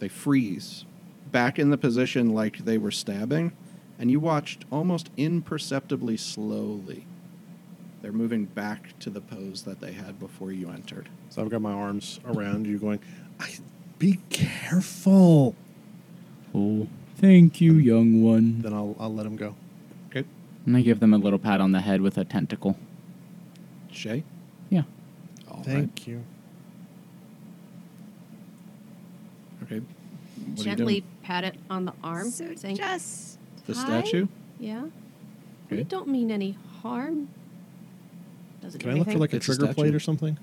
Speaker 2: they freeze back in the position like they were stabbing. And you watched almost imperceptibly slowly. They're moving back to the pose that they had before you entered.
Speaker 5: So I've got my arms around you, going, I, "Be careful."
Speaker 3: Oh, thank you, young one.
Speaker 5: Then I'll I'll let him go.
Speaker 2: Okay.
Speaker 3: And I give them a little pat on the head with a tentacle.
Speaker 2: Shay?
Speaker 3: Yeah.
Speaker 2: All
Speaker 5: Thank you.
Speaker 2: right. Okay. What are you
Speaker 1: Gently
Speaker 2: doing?
Speaker 1: pat it on the arm.
Speaker 4: So
Speaker 1: saying,
Speaker 4: just
Speaker 2: The
Speaker 4: hi?
Speaker 2: statue?
Speaker 1: yeah.
Speaker 2: Okay.
Speaker 1: You don't mean any harm. Doesn't
Speaker 5: Can
Speaker 1: do
Speaker 5: I look for
Speaker 1: anything.
Speaker 5: like a
Speaker 2: It's a
Speaker 5: trigger
Speaker 2: statue.
Speaker 5: plate or something,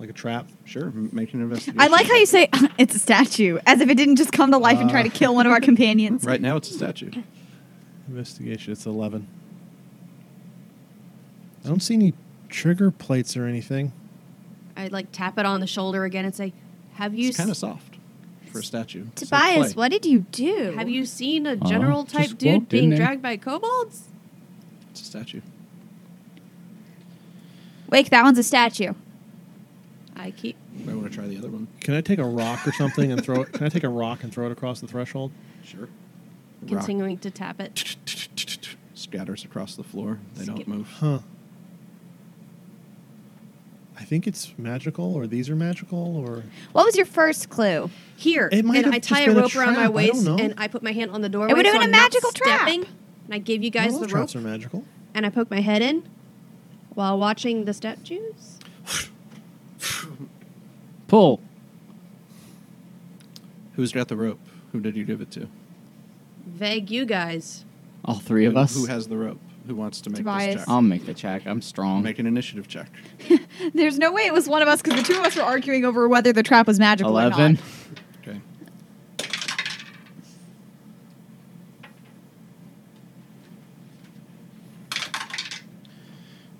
Speaker 5: like a trap?
Speaker 2: Sure. m- Make an investigation.
Speaker 4: I like how you say it's a statue, as if it didn't just come to life and try to
Speaker 2: Uh.
Speaker 4: kill one of our companions.
Speaker 2: Right now, it's a statue.
Speaker 5: Investigation. It's eleven. I don't see any trigger plates or anything.
Speaker 1: I like tap it on the shoulder again and say, "Have you
Speaker 2: It's kind of
Speaker 1: s-
Speaker 2: soft for a statue. It's like
Speaker 4: Tobias,
Speaker 2: clay.
Speaker 4: what did you do?
Speaker 1: have you seen a
Speaker 3: Oh,
Speaker 1: general
Speaker 3: just
Speaker 1: type dude
Speaker 3: walked in
Speaker 1: being
Speaker 3: there.
Speaker 1: dragged by kobolds?"
Speaker 2: It's a statue.
Speaker 4: Wake, that one's a statue.
Speaker 1: I keep
Speaker 2: I want to try the other one.
Speaker 5: Can I take a rock or something and throw it? Can I take a rock and throw it across the threshold?
Speaker 2: Sure. Rock
Speaker 1: continuing to tap it.
Speaker 2: scatters across the floor. They
Speaker 1: Skip.
Speaker 2: don't move.
Speaker 5: Huh. I think it's magical, or these are magical, or
Speaker 4: What was your first clue?
Speaker 1: Here,
Speaker 5: It might
Speaker 1: and
Speaker 5: have
Speaker 1: I
Speaker 5: just
Speaker 1: tie a
Speaker 5: been a
Speaker 1: rope around
Speaker 5: trap, I
Speaker 1: my
Speaker 5: don't
Speaker 1: waist
Speaker 5: know.
Speaker 1: and I put my hand on the doorway.
Speaker 4: It would've
Speaker 1: so
Speaker 4: been a
Speaker 1: I'm not
Speaker 4: magical trap.
Speaker 1: stepping, And I give you guys
Speaker 5: Well,
Speaker 1: the
Speaker 5: all traps
Speaker 1: rope
Speaker 5: are magical.
Speaker 1: and I poke my head in while watching the statues.
Speaker 3: Pull.
Speaker 2: Who's got the rope? Who did you give it to?
Speaker 1: Vague, you guys.
Speaker 3: All three of
Speaker 2: Who-
Speaker 3: us. Um,
Speaker 2: Who has the rope? Who wants to make
Speaker 4: Tobias.
Speaker 2: this check?
Speaker 3: I'll make the check. I'm strong.
Speaker 2: Make an initiative check.
Speaker 4: There's no way it was one of us because the two of us were arguing over whether the trap was magical or
Speaker 3: Eleven.
Speaker 4: not.
Speaker 2: Okay.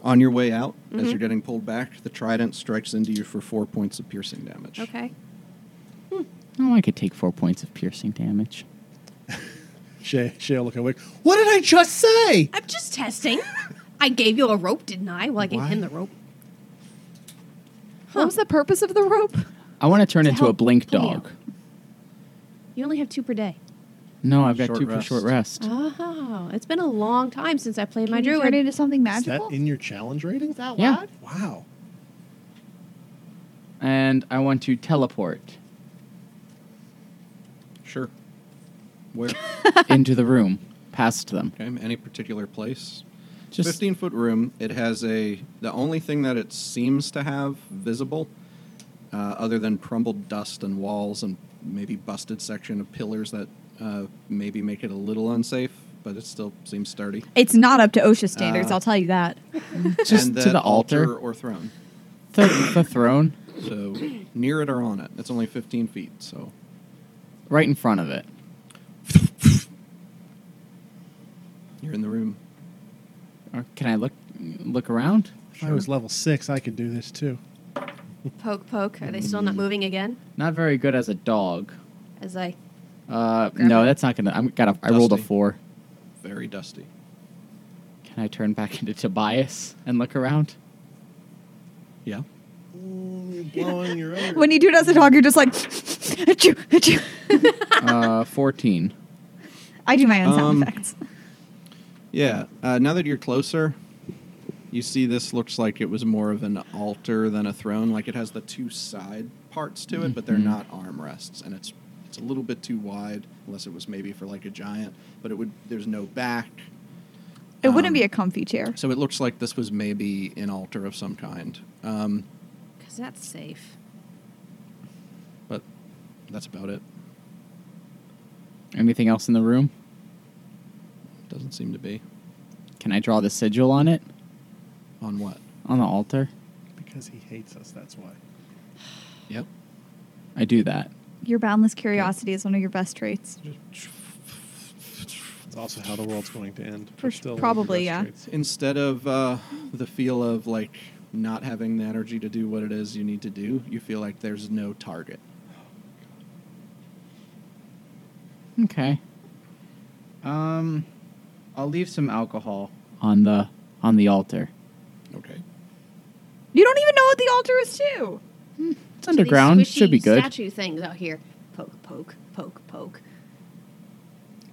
Speaker 2: On your way out,
Speaker 1: Mm-hmm.
Speaker 2: as you're getting pulled back, the trident strikes into you for four points of piercing damage.
Speaker 1: Okay.
Speaker 3: Oh, I could take four points of piercing damage.
Speaker 5: Shay, Shay, will look awake. What did I just say?
Speaker 1: I'm just testing. I gave you a rope, didn't I? Well, I gave
Speaker 2: Why?
Speaker 1: him the rope.
Speaker 4: What was the purpose of the rope?
Speaker 3: I want to turn into a
Speaker 1: help
Speaker 3: blink
Speaker 1: pull me
Speaker 3: dog.
Speaker 1: up. You only have two per day.
Speaker 3: No, I've got
Speaker 2: Short
Speaker 3: two for
Speaker 2: rest.
Speaker 3: short rest.
Speaker 1: Oh, it's been a long time since I played my
Speaker 4: Can you turn
Speaker 1: druid.
Speaker 4: into something
Speaker 5: Is that
Speaker 4: magical?
Speaker 5: in your challenge rating?
Speaker 4: that
Speaker 3: Yeah.
Speaker 4: loud?
Speaker 5: Wow.
Speaker 3: And I want to teleport
Speaker 2: Sure. Where?
Speaker 3: into the room, past them.
Speaker 2: okay. Any particular place?
Speaker 3: Just
Speaker 2: 15 foot room. It has a. The only thing that it seems to have visible, uh, other than crumbled dust and walls and maybe busted section of pillars that uh, maybe make it a little unsafe, but it still seems sturdy.
Speaker 4: It's not up to OSHA standards,
Speaker 2: Uh,
Speaker 4: I'll tell you that.
Speaker 3: Just
Speaker 2: and
Speaker 3: to
Speaker 2: that
Speaker 3: the altar?
Speaker 2: or throne.
Speaker 3: the, the throne,
Speaker 2: So near it or on it. It's only 15 feet, so
Speaker 3: right in front of it.
Speaker 2: you're in the room.
Speaker 3: Or can I look look around?
Speaker 5: If I was level six, I could do this too.
Speaker 1: Poke, poke. Are they still
Speaker 5: Mm.
Speaker 1: not moving again?
Speaker 3: Not very good as a dog.
Speaker 1: As I
Speaker 3: Uh,
Speaker 1: Grab
Speaker 3: no,
Speaker 1: it.
Speaker 3: that's not gonna. I'm got. A, I rolled a
Speaker 2: Dusty.
Speaker 3: four.
Speaker 2: Very dusty.
Speaker 3: Can I turn back into Tobias and look around?
Speaker 2: Yeah.
Speaker 5: blowing your own.
Speaker 4: When you do it as a dog, you're just like, achoo, achoo.
Speaker 3: uh, fourteen.
Speaker 4: I do my own sound
Speaker 2: Um,
Speaker 4: effects.
Speaker 2: Yeah. Uh, now that you're closer, you see this looks like it was more of an altar than a throne. Like it has the two side parts to it, but they're
Speaker 3: Mhm.
Speaker 2: not armrests, and it's it's a little bit too wide, unless it was maybe for like a giant. But it would there's no back,
Speaker 4: It wouldn't
Speaker 2: um,
Speaker 4: be a comfy chair.
Speaker 2: so it looks like this was maybe an altar of some kind. Um,
Speaker 1: Because that's safe.
Speaker 2: but that's about it.
Speaker 3: Anything else in the room?
Speaker 2: Doesn't seem to be
Speaker 3: Can I draw the sigil on it
Speaker 2: on what.
Speaker 3: on the altar?
Speaker 5: Because he hates us, that's why.
Speaker 2: Yep.
Speaker 3: I do that.
Speaker 4: Your boundless curiosity is one of your best traits.
Speaker 5: It's also how the world's going to end.
Speaker 4: For
Speaker 5: We're
Speaker 4: s-
Speaker 5: still in
Speaker 4: probably,
Speaker 5: reverse
Speaker 4: yeah.
Speaker 5: rates.
Speaker 2: Instead of uh, the feel of like not having the energy to do what it is you need to do, you feel like there's no target.
Speaker 3: Okay. Um, I'll leave some alcohol on the on the altar.
Speaker 2: Okay.
Speaker 4: You don't even know what the altar is to.
Speaker 3: It's underground.
Speaker 1: These squishy
Speaker 3: Should be good.
Speaker 1: Statue things out here. Poke, poke, poke, poke.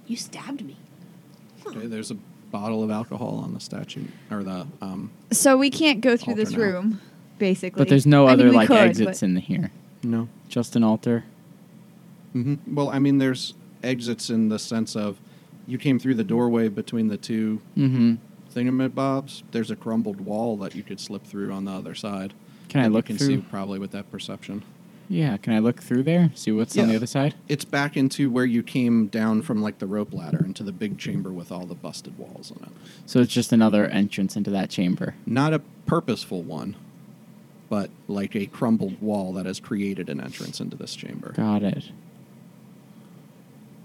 Speaker 1: You stabbed me.
Speaker 2: Okay. There's a bottle of alcohol on the statue or the um.
Speaker 4: So we can't go through this
Speaker 2: Altar now.
Speaker 4: room, basically.
Speaker 3: But there's no
Speaker 4: I mean,
Speaker 3: other
Speaker 4: we
Speaker 3: like
Speaker 4: could,
Speaker 3: exits
Speaker 4: but-
Speaker 3: in here.
Speaker 2: No.
Speaker 3: Just an altar.
Speaker 2: hmm Well, I mean, there's exits in the sense of you came through the doorway between the two
Speaker 3: Mm-hmm.
Speaker 2: thingamabobs. There's a crumbled wall that you could slip through on the other side.
Speaker 3: Can I
Speaker 2: that you
Speaker 3: look
Speaker 2: can
Speaker 3: through?
Speaker 2: see probably with that perception.
Speaker 3: Yeah. Can I look through there? See what's on the
Speaker 2: Yeah.
Speaker 3: other side?
Speaker 2: It's back into where you came down from, like the rope ladder, into the big chamber with all the busted walls in it.
Speaker 3: So it's just another entrance into that chamber.
Speaker 2: Not a purposeful one, but like a crumbled wall that has created an entrance into this chamber.
Speaker 3: Got it.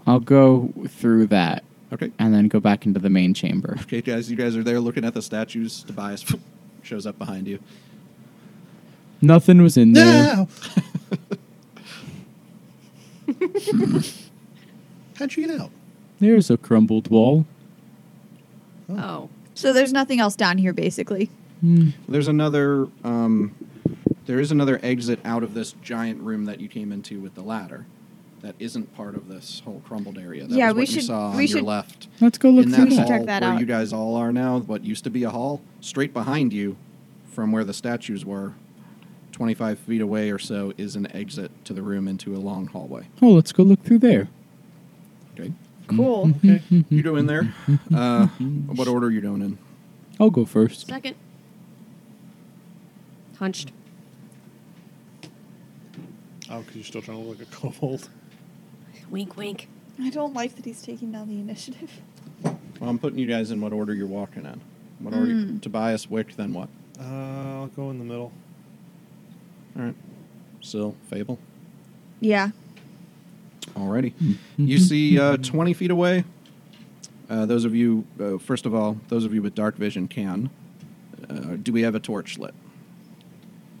Speaker 3: I'll go through that
Speaker 2: Okay.
Speaker 3: and then go back into the main chamber.
Speaker 2: Okay, guys, you guys are there looking at the statues. Tobias shows up behind you.
Speaker 3: Nothing was in there.
Speaker 5: No. How'd you get out?
Speaker 3: There's a crumbled wall.
Speaker 1: Oh.
Speaker 4: So there's nothing else down here, basically.
Speaker 3: Hmm.
Speaker 2: There's another. Um, there is another exit out of this giant room that you came into with the ladder. That isn't part of this whole crumbled area. That
Speaker 4: Yeah,
Speaker 2: was
Speaker 4: we
Speaker 2: what you
Speaker 4: should-
Speaker 2: saw on
Speaker 4: we
Speaker 2: your
Speaker 4: should-
Speaker 2: left.
Speaker 3: Let's go look
Speaker 2: in
Speaker 3: through
Speaker 2: that
Speaker 4: should
Speaker 3: that.
Speaker 2: hall
Speaker 4: check that
Speaker 2: where
Speaker 4: out.
Speaker 2: you guys all are now, what used to be a hall, straight behind you, from where the statues were, 25 feet away or so, is an exit to the room into a long hallway.
Speaker 3: Oh, let's go look through there. Mm-hmm.
Speaker 2: Okay.
Speaker 4: Cool.
Speaker 5: Okay.
Speaker 2: You go in there. Uh, what order are you going in?
Speaker 3: I'll go first.
Speaker 1: Second. Hunched.
Speaker 5: Oh, because you're still trying to look at kobold.
Speaker 1: Wink, wink.
Speaker 4: I don't like that he's taking down the initiative.
Speaker 2: Well, I'm putting you guys in what order you're walking in. What order? You,
Speaker 4: Mm.
Speaker 2: Tobias, Wick, then what?
Speaker 5: Uh, I'll go in the middle.
Speaker 2: All right. Still, Fable.
Speaker 4: Yeah.
Speaker 2: Alrighty. You see uh, 20 feet away. Uh, those of you, uh, first of all, those of you with dark vision can. Uh, do we have a torch lit?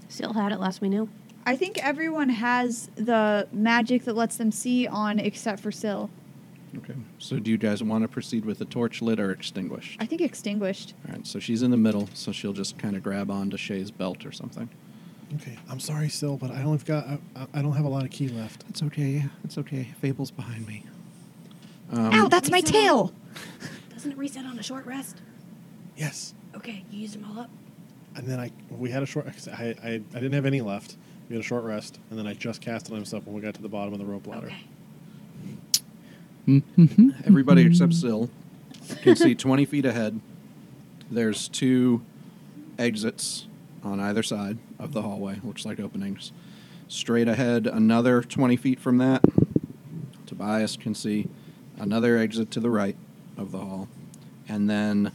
Speaker 1: Still had it last we knew.
Speaker 4: I think everyone has the magic that lets them see on except for Syl.
Speaker 2: Okay. So do you guys want to proceed with the torch lit or extinguished?
Speaker 4: I think extinguished.
Speaker 2: All right. So she's in the middle, so she'll just kind of grab onto Shay's belt or something.
Speaker 5: Okay. I'm sorry, still, but I only got. I, I- I don't have a lot of key left.
Speaker 2: It's okay. Yeah, it's okay. Fable's behind me.
Speaker 4: Ow,
Speaker 2: Um,
Speaker 4: that's my tail!
Speaker 1: Doesn't it reset on a short rest?
Speaker 5: Yes.
Speaker 1: Okay, you used them all up.
Speaker 5: And then I we had a short. 'cause I, I I didn't have any left. We had a short rest, and then I just cast it on myself when we got to the bottom of the rope ladder.
Speaker 1: Okay.
Speaker 3: Mm-hmm.
Speaker 2: everybody except Syl can see 20 feet ahead. There's two exits on either side of the hallway. Looks like openings. Straight ahead, another 20 feet from that. Tobias can see another exit to the right of the hall. And then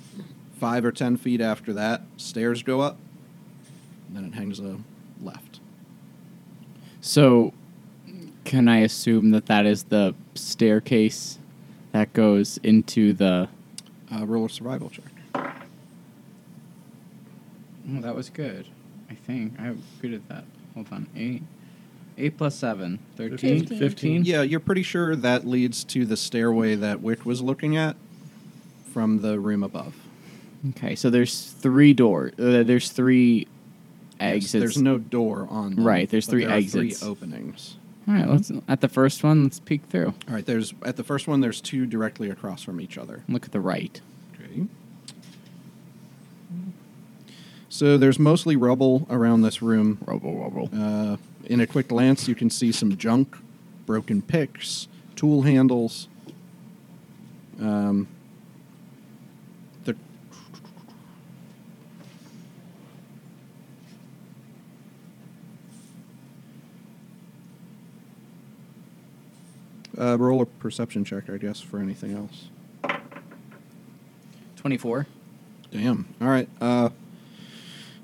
Speaker 2: five or 10 feet after that, stairs go up. And then it hangs a left.
Speaker 3: So, can I assume that that is the staircase that goes into the?
Speaker 2: Uh, roll a survival check.
Speaker 3: Oh, that was good. I think I'm good at that. Hold on, eight, eight plus seven, 13,
Speaker 4: Fifteen.
Speaker 3: 15?
Speaker 2: Yeah, you're pretty sure that leads to the stairway that Wick was looking at from the room above.
Speaker 3: Okay, so there's three door. Uh, there's three
Speaker 2: Yes,
Speaker 3: exits.
Speaker 2: there's no door on. Them,
Speaker 3: Right, there's
Speaker 2: but
Speaker 3: three
Speaker 2: there are three
Speaker 3: exits.
Speaker 2: openings.
Speaker 3: All right, let's at the first one. Let's peek through.
Speaker 2: All right, there's at the first one. There's two directly across from each other.
Speaker 3: Look at the right.
Speaker 2: Okay. So there's mostly rubble around this room.
Speaker 3: Robo, robo.
Speaker 2: Uh, in a quick glance, you can see some junk, broken picks, tool handles. Um, the uh, roll a perception check, I guess, for anything else.
Speaker 3: Twenty-four.
Speaker 2: Damn. All right. Uh,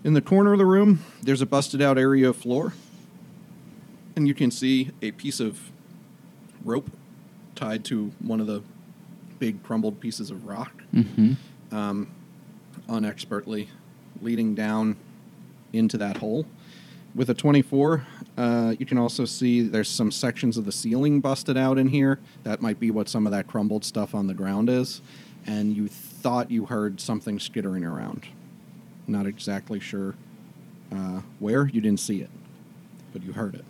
Speaker 2: in the corner of the room, there's a busted out area of floor. And you can see a piece of rope tied to one of the big crumbled pieces of rock
Speaker 3: Mm-hmm.
Speaker 2: um, unexpertly, leading down into that hole. With a 24, uh, you can also see there's some sections of the ceiling busted out in here. That might be what some of that crumbled stuff on the ground is. And you thought you heard something skittering around. Not exactly sure uh, where. You didn't see it, but you heard it.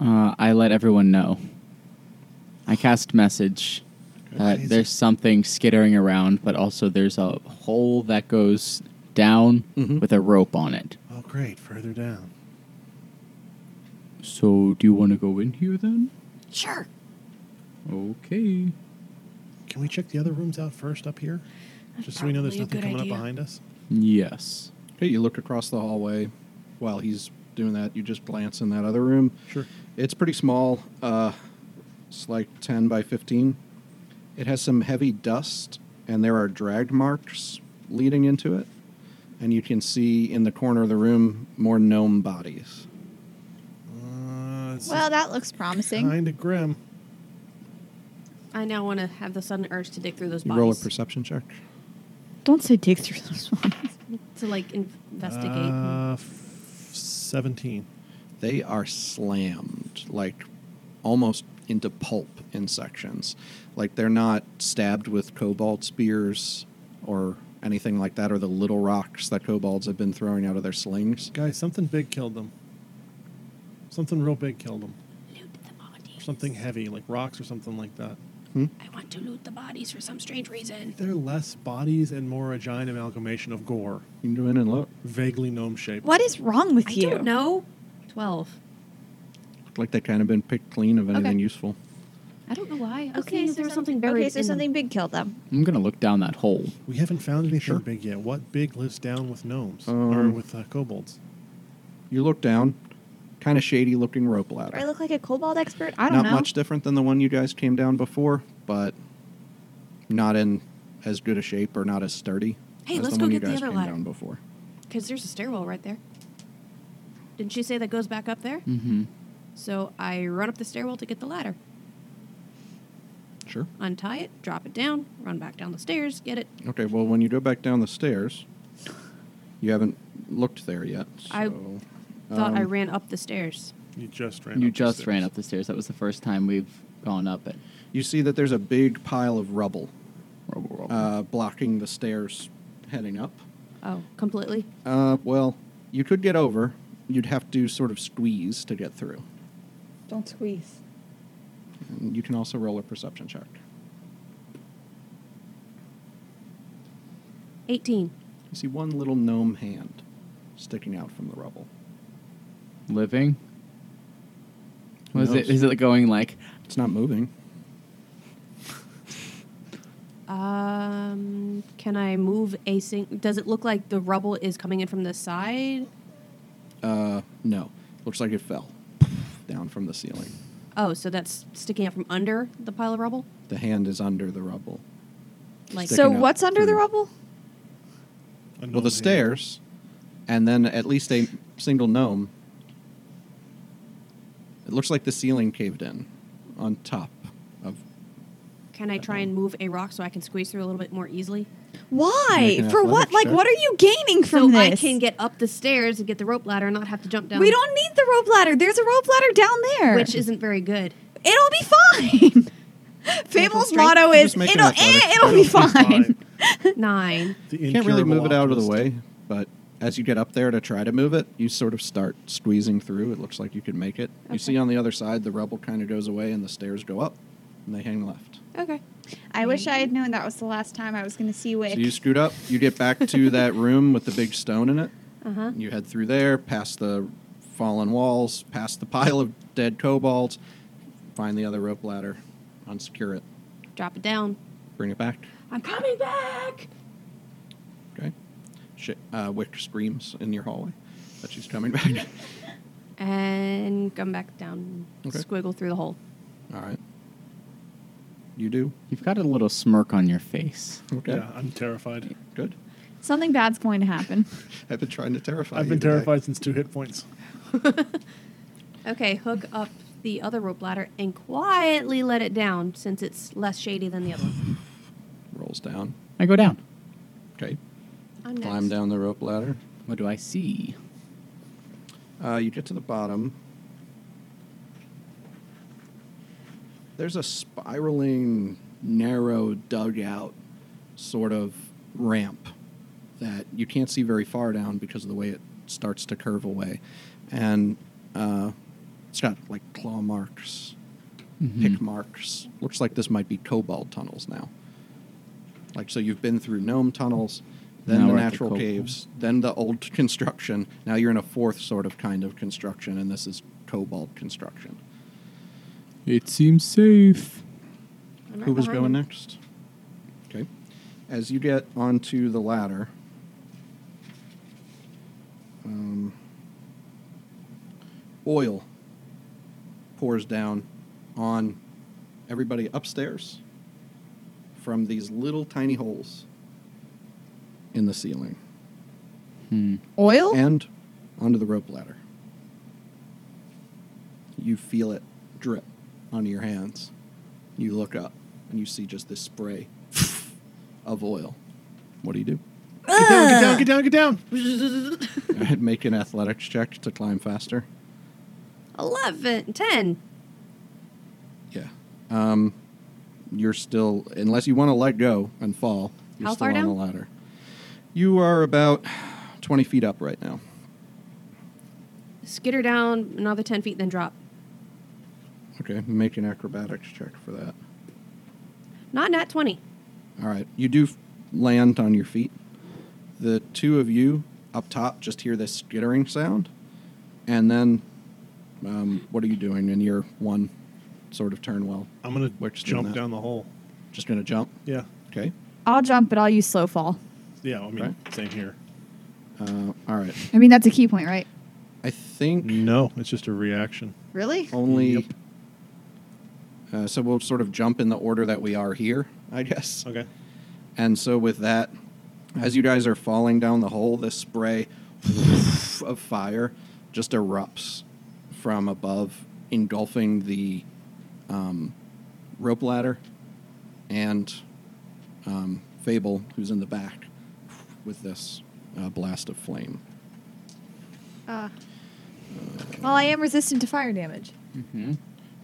Speaker 3: Uh, I let everyone know. I cast message that
Speaker 2: Amazing.
Speaker 3: there's something skittering around, but also there's a hole that goes down
Speaker 2: Mhm.
Speaker 3: with a rope on it.
Speaker 5: Oh, great. Further down.
Speaker 3: So, do you want to go in here then?
Speaker 1: Sure.
Speaker 3: Okay.
Speaker 5: Can we check the other rooms out first up here? Just so we know there's
Speaker 1: Probably
Speaker 5: nothing
Speaker 1: a
Speaker 5: coming
Speaker 1: good idea.
Speaker 5: up behind us.
Speaker 3: Yes.
Speaker 2: Okay, you look across the hallway while he's doing that. You just glance in that other room.
Speaker 5: Sure.
Speaker 2: It's pretty small. Uh, it's like 10 by 15. It has some heavy dust, and there are drag marks leading into it. And you can see in the corner of the room more gnome bodies.
Speaker 5: Uh,
Speaker 4: Well, that looks promising.
Speaker 5: kind of grim.
Speaker 1: I now want to have the sudden urge to dig through those
Speaker 2: You
Speaker 1: bodies
Speaker 2: roll a perception check.
Speaker 4: Don't say dig through those ones.
Speaker 1: to like in- investigate.
Speaker 5: Uh, f- 17.
Speaker 2: They are slammed, like almost into pulp in sections. Like they're not stabbed with cobalt spears or anything like that, or the little rocks that kobolds have been throwing out of their slings.
Speaker 5: Guys, something big killed them. Something real big killed them.
Speaker 1: loot the bodies.
Speaker 5: Something heavy, like rocks or something like that.
Speaker 1: I want to loot the bodies for some strange reason.
Speaker 5: They're less bodies and more a giant amalgamation of gore,
Speaker 2: You can go in and look.
Speaker 5: vaguely gnome shaped.
Speaker 4: What is wrong with
Speaker 1: I
Speaker 4: you?
Speaker 1: don't know. Twelve.
Speaker 2: Look like they've kind of been picked clean of anything
Speaker 1: Okay.
Speaker 2: useful.
Speaker 1: I don't know why. I was
Speaker 4: Okay,
Speaker 1: okay,
Speaker 4: so
Speaker 1: there was
Speaker 4: some-
Speaker 1: something buried.
Speaker 4: Okay, so
Speaker 1: in them.
Speaker 4: something big killed them.
Speaker 3: I'm going to look down that hole.
Speaker 5: We haven't found anything
Speaker 2: Sure.
Speaker 5: big yet. What big lives down with gnomes or
Speaker 2: Um,
Speaker 5: with uh, kobolds?
Speaker 2: You look down, kind of shady looking rope ladder.
Speaker 4: Do I look like a kobold expert? I don't
Speaker 2: not
Speaker 4: know.
Speaker 2: much different than the one you guys came down before, but not in as good a shape or not as sturdy.
Speaker 1: Hey,
Speaker 2: as
Speaker 1: let's
Speaker 2: the
Speaker 1: go
Speaker 2: one you
Speaker 1: get the
Speaker 2: guys
Speaker 1: other
Speaker 2: came
Speaker 1: ladder.
Speaker 2: down before.
Speaker 1: Because there's a stairwell right there. Didn't she say that goes back up there?
Speaker 3: Mm-hmm.
Speaker 1: So I run up the stairwell to get the ladder,
Speaker 2: Sure.
Speaker 1: untie it, drop it down, run back down the stairs, get it.
Speaker 2: Okay, well, when you go back down the stairs, you haven't looked there yet.
Speaker 1: I
Speaker 2: so,
Speaker 1: Thought I
Speaker 2: um,
Speaker 1: ran up the stairs.
Speaker 5: You just ran.
Speaker 3: You
Speaker 5: up the
Speaker 3: just
Speaker 5: stairs.
Speaker 3: ran up the stairs. That was the first time we've gone up it.
Speaker 2: You see that there's a big pile of rubble
Speaker 3: Uh,
Speaker 2: uh, blocking the stairs heading up.
Speaker 1: Oh, completely.
Speaker 2: Uh, well, you could get over. You'd have to sort of squeeze to get through.
Speaker 4: Don't squeeze.
Speaker 2: And you can also roll a perception check.
Speaker 1: Eighteen.
Speaker 2: You see one little gnome hand sticking out from the rubble.
Speaker 3: Living?
Speaker 2: Who
Speaker 3: Was it?
Speaker 2: knows?
Speaker 3: Is it going like?
Speaker 2: It's not moving.
Speaker 1: Um, can I move a sing? Does it look like the rubble is coming in from the side?
Speaker 2: Uh, no. Looks like it fell down from the ceiling.
Speaker 1: Oh, so that's sticking out from under the pile of rubble.
Speaker 2: The hand is under the rubble.
Speaker 1: Like
Speaker 2: Sticking
Speaker 4: So
Speaker 2: out
Speaker 4: what's under the
Speaker 2: through-
Speaker 4: rubble?
Speaker 5: A gnome
Speaker 2: Well, the
Speaker 5: hand.
Speaker 2: stairs, and then at least a single gnome. It looks like the ceiling caved in on top of.
Speaker 1: Can I try and move a rock so I can squeeze through a little bit more easily?
Speaker 2: Make
Speaker 4: Why?
Speaker 2: an
Speaker 4: For what?
Speaker 2: athletics
Speaker 4: Like,
Speaker 2: check.
Speaker 4: what are you gaining
Speaker 1: so
Speaker 4: from this?
Speaker 1: I can get up the stairs and get the rope ladder and not have to jump down.
Speaker 4: We don't need the rope ladder. There's a rope ladder down there.
Speaker 1: which isn't very good.
Speaker 4: it'll be fine. Fable's
Speaker 1: strength?
Speaker 4: motto
Speaker 2: Just
Speaker 4: is
Speaker 2: make an
Speaker 4: it'll eh,
Speaker 2: athletics
Speaker 4: it'll be
Speaker 5: It'll be
Speaker 4: fine.
Speaker 5: fine.
Speaker 1: Nine.
Speaker 5: The
Speaker 2: You can't really move
Speaker 5: incurable
Speaker 2: it out of the
Speaker 5: optimist.
Speaker 2: way, but as you get up there to try to move it, you sort of start squeezing through. It looks like you can make it.
Speaker 1: Okay.
Speaker 2: You see on the other side, the rubble kind of goes away and the stairs go up and they hang left.
Speaker 1: Okay.
Speaker 4: I wish I had known that was the last time I was going to see Wick.
Speaker 2: So you scoot up, you get back to that room with the big stone in it.
Speaker 1: Uh huh.
Speaker 2: You head through there, past the fallen walls, past the pile of dead kobolds, find the other rope ladder, unsecure it,
Speaker 1: Drop it down.
Speaker 2: bring it back.
Speaker 1: I'm coming back.
Speaker 2: Okay. Sh- uh, Wick screams in your hallway that she's coming back.
Speaker 1: And come back down.
Speaker 2: Okay.
Speaker 1: Squiggle through the hole.
Speaker 2: All right. You do?
Speaker 3: You've got a little smirk on your face.
Speaker 2: Okay.
Speaker 5: Yeah, I'm terrified.
Speaker 2: Good.
Speaker 4: Something bad's going to happen.
Speaker 2: I've been trying to terrify
Speaker 5: I've
Speaker 2: you
Speaker 5: been
Speaker 2: today.
Speaker 5: terrified since two hit points.
Speaker 1: Okay. Hook up the other rope ladder and quietly let it down since it's less shady than the other one.
Speaker 2: rolls down.
Speaker 3: I go down.
Speaker 2: Okay.
Speaker 1: I'm
Speaker 2: Climb
Speaker 1: next.
Speaker 2: down the rope ladder.
Speaker 3: What do I see?
Speaker 2: Uh, you get to the bottom. There's a spiraling, narrow dugout sort of ramp that you can't see very far down because of the way it starts to curve away. And uh, it's got like claw marks,
Speaker 3: Mm-hmm.
Speaker 2: pick marks. Looks like this might be cobalt tunnels now. Like, so you've been through gnome tunnels, then
Speaker 3: Now
Speaker 2: the
Speaker 3: we're at the
Speaker 2: natural
Speaker 3: cobalt.
Speaker 2: caves, then the old construction. Now you're in a fourth sort of kind of construction, and this is cobalt construction.
Speaker 3: It seems safe.
Speaker 1: I'm right
Speaker 2: Who was
Speaker 1: behind
Speaker 2: going
Speaker 1: him.
Speaker 2: next? Okay. As you get onto the ladder, um, oil pours down on everybody upstairs from these little tiny holes in the ceiling
Speaker 3: Hmm.
Speaker 1: Oh.
Speaker 4: Oil?
Speaker 2: and onto the rope ladder. You feel it drip onto your hands. You look up and you see just this spray of oil. What do you do?
Speaker 5: Get down, get down, get down, get down.
Speaker 2: Go ahead, Make an athletics check to climb faster.
Speaker 1: 11, 10.
Speaker 2: Yeah. Um, you're still, unless you want to let go and fall, you're
Speaker 1: How
Speaker 2: still
Speaker 1: far
Speaker 2: on the
Speaker 1: down?
Speaker 2: ladder. You are about 20 feet up right now.
Speaker 1: Skitter down another 10 feet, then drop.
Speaker 2: Okay, make an acrobatics check for that.
Speaker 1: Not nat 20.
Speaker 2: All right. You do f- land on your feet. The two of you up top just hear this skittering sound. And then, um, what are you doing in your one sort of turn well?
Speaker 5: I'm gonna
Speaker 2: Which
Speaker 5: jump
Speaker 2: not.
Speaker 5: down the hole.
Speaker 2: Just going to jump?
Speaker 5: Yeah,
Speaker 2: Okay.
Speaker 4: I'll jump, but I'll use slow fall.
Speaker 5: yeah. I mean,
Speaker 2: Right.
Speaker 5: same here.
Speaker 2: Uh, all right.
Speaker 4: I mean, that's a key point, right?
Speaker 2: I think
Speaker 5: No, it's just a reaction.
Speaker 4: Really?
Speaker 2: only.
Speaker 5: Yep.
Speaker 2: Uh, so we'll sort of jump in the order that we are here, I guess.
Speaker 5: Okay.
Speaker 2: And so with that, as you guys are falling down the hole, this spray of fire just erupts from above, engulfing the um, rope ladder and um, Fable, who's in the back, with this uh, blast of flame.
Speaker 7: Uh, well, I am resistant to fire damage.
Speaker 3: Mm-hmm.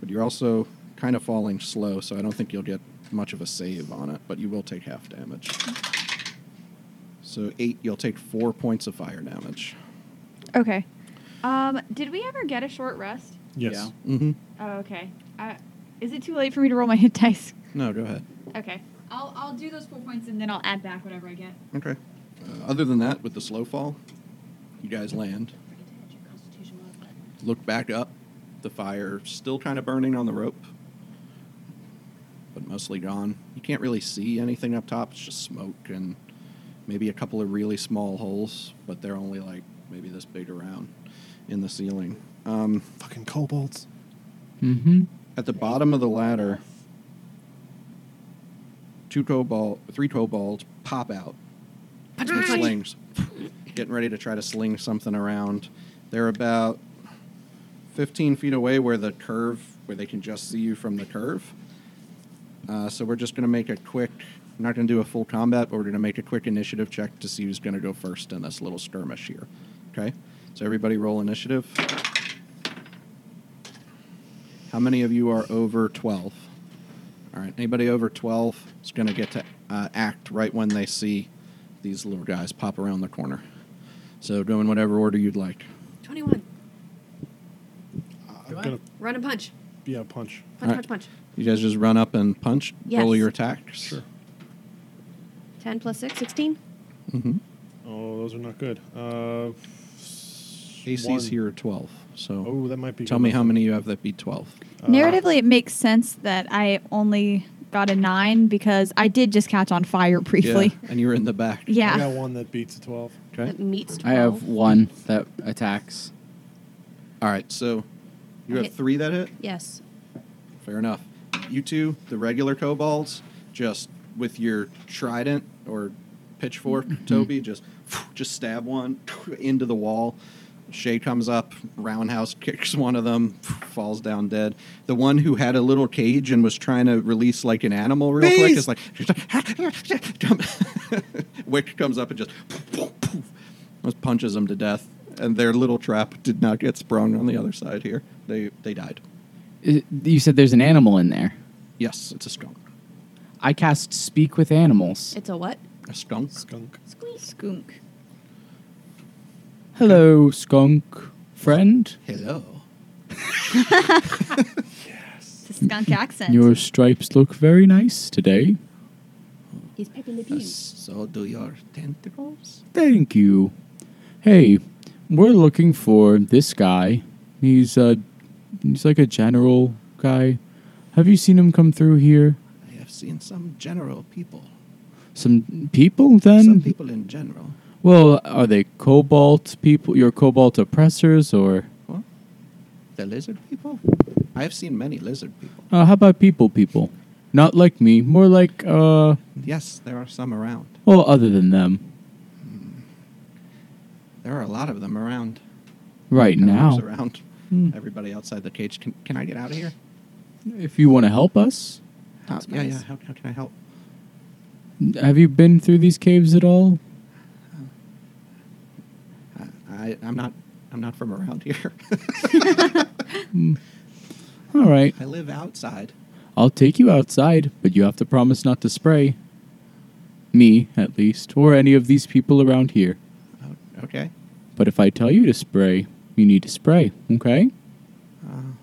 Speaker 2: But you're also kind of falling slow, so I don't think you'll get much of a save on it, but you will take half damage. So eight, you'll take four points of fire damage.
Speaker 4: Mm.
Speaker 7: Okay.
Speaker 8: Um, did we ever get a short rest?
Speaker 5: Yes.
Speaker 3: Yeah.
Speaker 2: Mm-hmm.
Speaker 8: Oh, okay. Uh, is it too late for me to roll my hit dice?
Speaker 2: No, go ahead.
Speaker 8: Okay. I'll I'll do those four points and then I'll add back whatever I get.
Speaker 2: Okay. Uh, other than that, with the slow fall, you guys land. Look back up. The fire still kind of burning on the rope, but mostly gone. You can't really see anything up top. It's just smoke and maybe a couple of really small holes, but they're only like maybe this big around in the ceiling. Um,
Speaker 5: Fucking kobolds.
Speaker 3: Mm-hmm.
Speaker 2: at the bottom of the ladder, two cobalt, three kobolds pop out with slings, getting ready to try to sling something around. They're about 15 feet away where the curve, where they can just see you from the curve. Uh, so we're just going to make a quick, we're not going to do a full combat, but we're going to make a quick initiative check to see who's going to go first in this little skirmish here. Okay? So everybody roll initiative. How many of you are over 12? All right, anybody over 12 is going to get to uh, act right when they see these little guys pop around the corner. So go in whatever order you'd like.
Speaker 1: 21.
Speaker 5: Uh, I'm gonna
Speaker 1: Run and punch.
Speaker 5: yeah punch.
Speaker 1: Punch,
Speaker 2: All right.
Speaker 1: punch, punch.
Speaker 2: You guys just run up and punch, roll
Speaker 1: Yes.
Speaker 2: your attacks.
Speaker 5: Sure.
Speaker 1: 10 plus 6, 16.
Speaker 2: Mm-hmm.
Speaker 5: Oh, those are not good. Uh,
Speaker 2: AC's
Speaker 5: one.
Speaker 2: here at 12. So
Speaker 5: Oh, that might be.
Speaker 2: tell
Speaker 5: good
Speaker 2: me
Speaker 5: enough.
Speaker 2: how many you have that beat 12.
Speaker 5: Uh,
Speaker 4: Narratively, it makes sense that I only got a nine because I did just catch on fire briefly.
Speaker 2: Yeah, and you're in the back.
Speaker 4: Yeah.
Speaker 5: I got one that beats a twelve.
Speaker 2: Okay.
Speaker 1: That meets 12.
Speaker 3: I have one that attacks.
Speaker 2: All right, so you
Speaker 1: I
Speaker 2: have
Speaker 1: hit-
Speaker 2: three that hit?
Speaker 1: Yes.
Speaker 2: Fair enough. You two, the regular kobolds, just with your trident or pitchfork, Toby, just just stab one into the wall. Shay comes up, roundhouse kicks one of them, falls down dead. The one who had a little cage and was trying to release like an animal real quick is like, Wick comes up and just just punches him to death. And their little trap did not get sprung on the other side here. They they died.
Speaker 3: I- You said there's an animal in there.
Speaker 2: Yes, it's a skunk.
Speaker 3: I cast Speak with Animals.
Speaker 1: It's a what?
Speaker 2: A skunk.
Speaker 5: Skunk.
Speaker 4: Skunk.
Speaker 3: Hello, skunk friend.
Speaker 2: Hello.
Speaker 5: Yes.
Speaker 7: It's a skunk accent.
Speaker 3: Your stripes look very nice today.
Speaker 1: He's Pepe Le
Speaker 2: Uh,
Speaker 1: Pew.
Speaker 2: so do your tentacles.
Speaker 3: Thank you. Hey, we're looking for this guy. He's uh he's like a general guy. Have you seen him come through here?
Speaker 2: I have seen some general people.
Speaker 3: Some people then?
Speaker 2: some people in general.
Speaker 3: Well, are they cobalt people? Your cobalt oppressors or
Speaker 2: What? The lizard people? I have seen many lizard people.
Speaker 3: uh, how about people people? Not like me, more like uh
Speaker 2: Yes, there are some around.
Speaker 3: well other than them.
Speaker 2: There are a lot of them around.
Speaker 3: Right
Speaker 2: No
Speaker 3: now.
Speaker 2: one's around.
Speaker 3: Hmm.
Speaker 2: Everybody outside the cage. Can, can I get out of here?
Speaker 3: If you want to help us,
Speaker 2: Uh,
Speaker 1: That's
Speaker 2: yeah,
Speaker 1: nice.
Speaker 2: yeah. How, how can I help?
Speaker 3: have you been through these caves at all?
Speaker 2: I, I, I'm not. I'm not from around here.
Speaker 3: All right.
Speaker 2: I live outside.
Speaker 3: I'll take you outside, but you have to promise not to spray. Me, at least, or any of these people around here.
Speaker 2: Oh, okay.
Speaker 3: But if I tell you to spray, you need to spray, okay?
Speaker 2: Uh,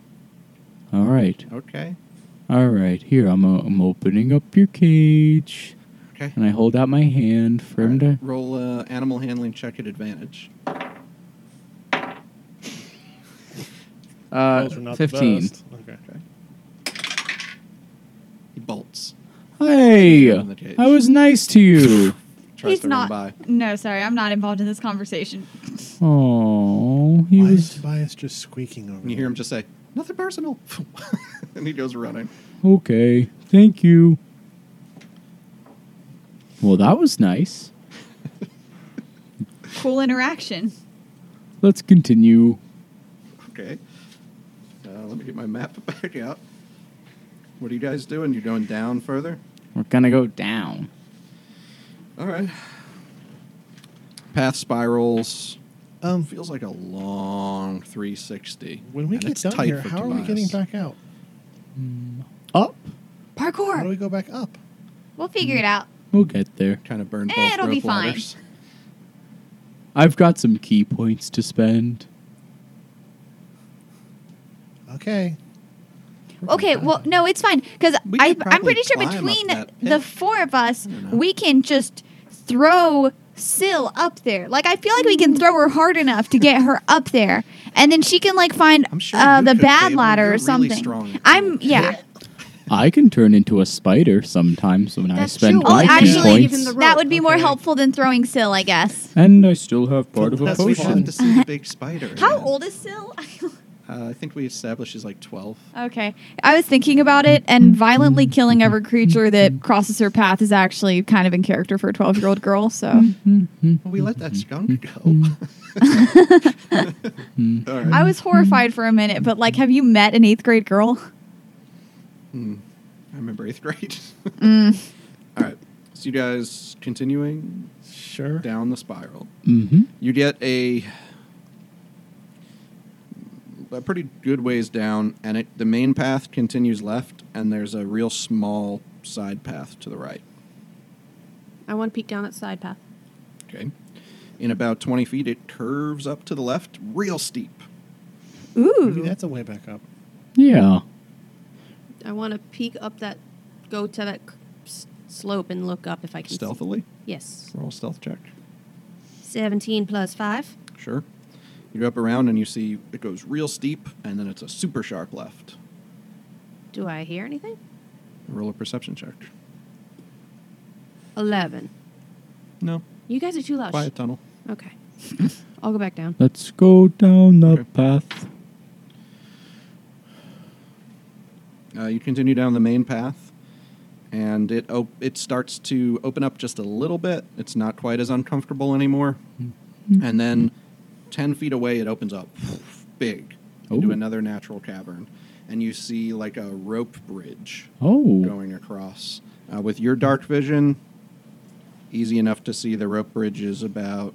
Speaker 3: All right.
Speaker 2: okay.
Speaker 3: All right. Here, I'm, uh, I'm opening up your cage.
Speaker 2: Okay.
Speaker 3: And I hold out my hand for him to.
Speaker 2: Roll uh, animal handling check at advantage.
Speaker 3: Uh,
Speaker 5: Those are not the
Speaker 3: 15.
Speaker 5: best. Okay.
Speaker 2: Okay. He bolts.
Speaker 3: Hey!
Speaker 2: In the cage.
Speaker 3: I was nice to you.
Speaker 2: Tries
Speaker 7: He's
Speaker 2: to
Speaker 7: not.
Speaker 2: run by.
Speaker 7: No, sorry, I'm not involved in this conversation.
Speaker 3: Oh, he
Speaker 5: Why is
Speaker 3: was.
Speaker 5: Tobias just squeaking over
Speaker 2: And you hear him just say, "Nothing personal," and he goes running.
Speaker 3: Okay. Thank you. Well, that was nice.
Speaker 7: Cool interaction.
Speaker 3: Let's continue.
Speaker 2: Okay. Uh, let me get my map back out. What are you guys doing? You're going down further?
Speaker 3: We're gonna go down.
Speaker 2: All right. Path spirals.
Speaker 5: Um,
Speaker 2: Feels like a long 360.
Speaker 5: when we
Speaker 2: and
Speaker 5: get
Speaker 2: it's
Speaker 5: down
Speaker 2: tight
Speaker 5: here,
Speaker 2: for
Speaker 5: how are we
Speaker 2: Tobias.
Speaker 5: getting back out?
Speaker 3: Up.
Speaker 5: How do
Speaker 7: Parkour.
Speaker 5: we go back up?
Speaker 4: We'll figure it out.
Speaker 3: We'll get there.
Speaker 2: Kind of burned
Speaker 4: Eh,
Speaker 2: both
Speaker 4: it'll
Speaker 2: rope
Speaker 4: be fine.
Speaker 2: ladders.
Speaker 3: I've got some key points to spend.
Speaker 5: Okay.
Speaker 4: Okay, well, no, it's fine because
Speaker 2: We could
Speaker 4: I'm
Speaker 2: probably
Speaker 4: pretty sure
Speaker 2: climb up
Speaker 4: between
Speaker 2: that
Speaker 4: the
Speaker 2: pit.
Speaker 4: four of us,
Speaker 2: I don't know.
Speaker 4: we can just throw Syl up there. Like I feel like we
Speaker 2: Mm.
Speaker 4: can throw her hard enough to get her up there, and then she can like find
Speaker 2: I'm sure
Speaker 4: uh,
Speaker 2: you
Speaker 4: the
Speaker 2: could,
Speaker 4: bad
Speaker 2: Fable.
Speaker 4: ladder
Speaker 2: You're
Speaker 4: or
Speaker 2: really
Speaker 4: something.
Speaker 2: strong at
Speaker 4: I'm
Speaker 2: pool.
Speaker 4: yeah.
Speaker 3: I can turn into a spider sometimes when I
Speaker 1: That's
Speaker 3: spend
Speaker 1: true.
Speaker 4: Oh,
Speaker 3: my key
Speaker 4: actually,
Speaker 1: give him
Speaker 3: points.
Speaker 1: the-
Speaker 4: that would be more
Speaker 5: Okay.
Speaker 4: helpful than throwing Syl, I guess.
Speaker 3: and I still have part of a
Speaker 5: That's
Speaker 2: Plus, we have
Speaker 3: potion.
Speaker 2: to see the big spider.
Speaker 4: How
Speaker 2: again.
Speaker 4: old is Syl?
Speaker 2: Uh, I think we established she's like 12.
Speaker 7: Okay. I was thinking about it, and violently killing every creature that crosses her path is actually kind of in character for a 12 year old girl. So
Speaker 2: Mm.
Speaker 4: Mm-hmm.
Speaker 2: Well, we let that skunk go.
Speaker 4: Mm-hmm.
Speaker 2: All right.
Speaker 7: I was horrified for a minute, but like, have you met an eighth grade girl?
Speaker 2: Hmm. I remember eighth grade.
Speaker 4: Mm.
Speaker 2: All right. So you guys continuing
Speaker 5: Sure.
Speaker 2: down the spiral.
Speaker 3: Mm-hmm.
Speaker 2: You get a a pretty good ways down, and it the main path continues left, and there's a real small side path to the right.
Speaker 1: I want to peek down that side path.
Speaker 2: Okay. In about 20 feet, it curves up to the left, real steep.
Speaker 5: Maybe
Speaker 7: Ooh.
Speaker 5: that's a way back up.
Speaker 3: Yeah.
Speaker 1: I want to peek up that, go to that c- s- slope and look up if I can. see.
Speaker 2: Stealthily.
Speaker 1: Yes.
Speaker 2: Roll stealth check.
Speaker 1: 17 plus 5.
Speaker 2: Sure. You go up around, and you see it goes real steep, and then it's a super sharp left.
Speaker 1: Do I hear anything?
Speaker 2: Roll a perception check.
Speaker 1: 11.
Speaker 2: No.
Speaker 1: You guys are too loud.
Speaker 2: Quiet tunnel.
Speaker 1: Okay. I'll go back down.
Speaker 3: Let's go down the
Speaker 2: Okay.
Speaker 3: path.
Speaker 2: Uh, you continue down the main path, and it op- it starts
Speaker 3: Mm-hmm.
Speaker 2: to open up just a little bit. It's not quite as uncomfortable anymore, and then 10 feet away, it opens up big into
Speaker 3: Ooh.
Speaker 2: another natural cavern. And you see like a rope bridge
Speaker 3: Oh.
Speaker 2: going across. Uh, with your dark vision, easy enough to see the rope bridge is about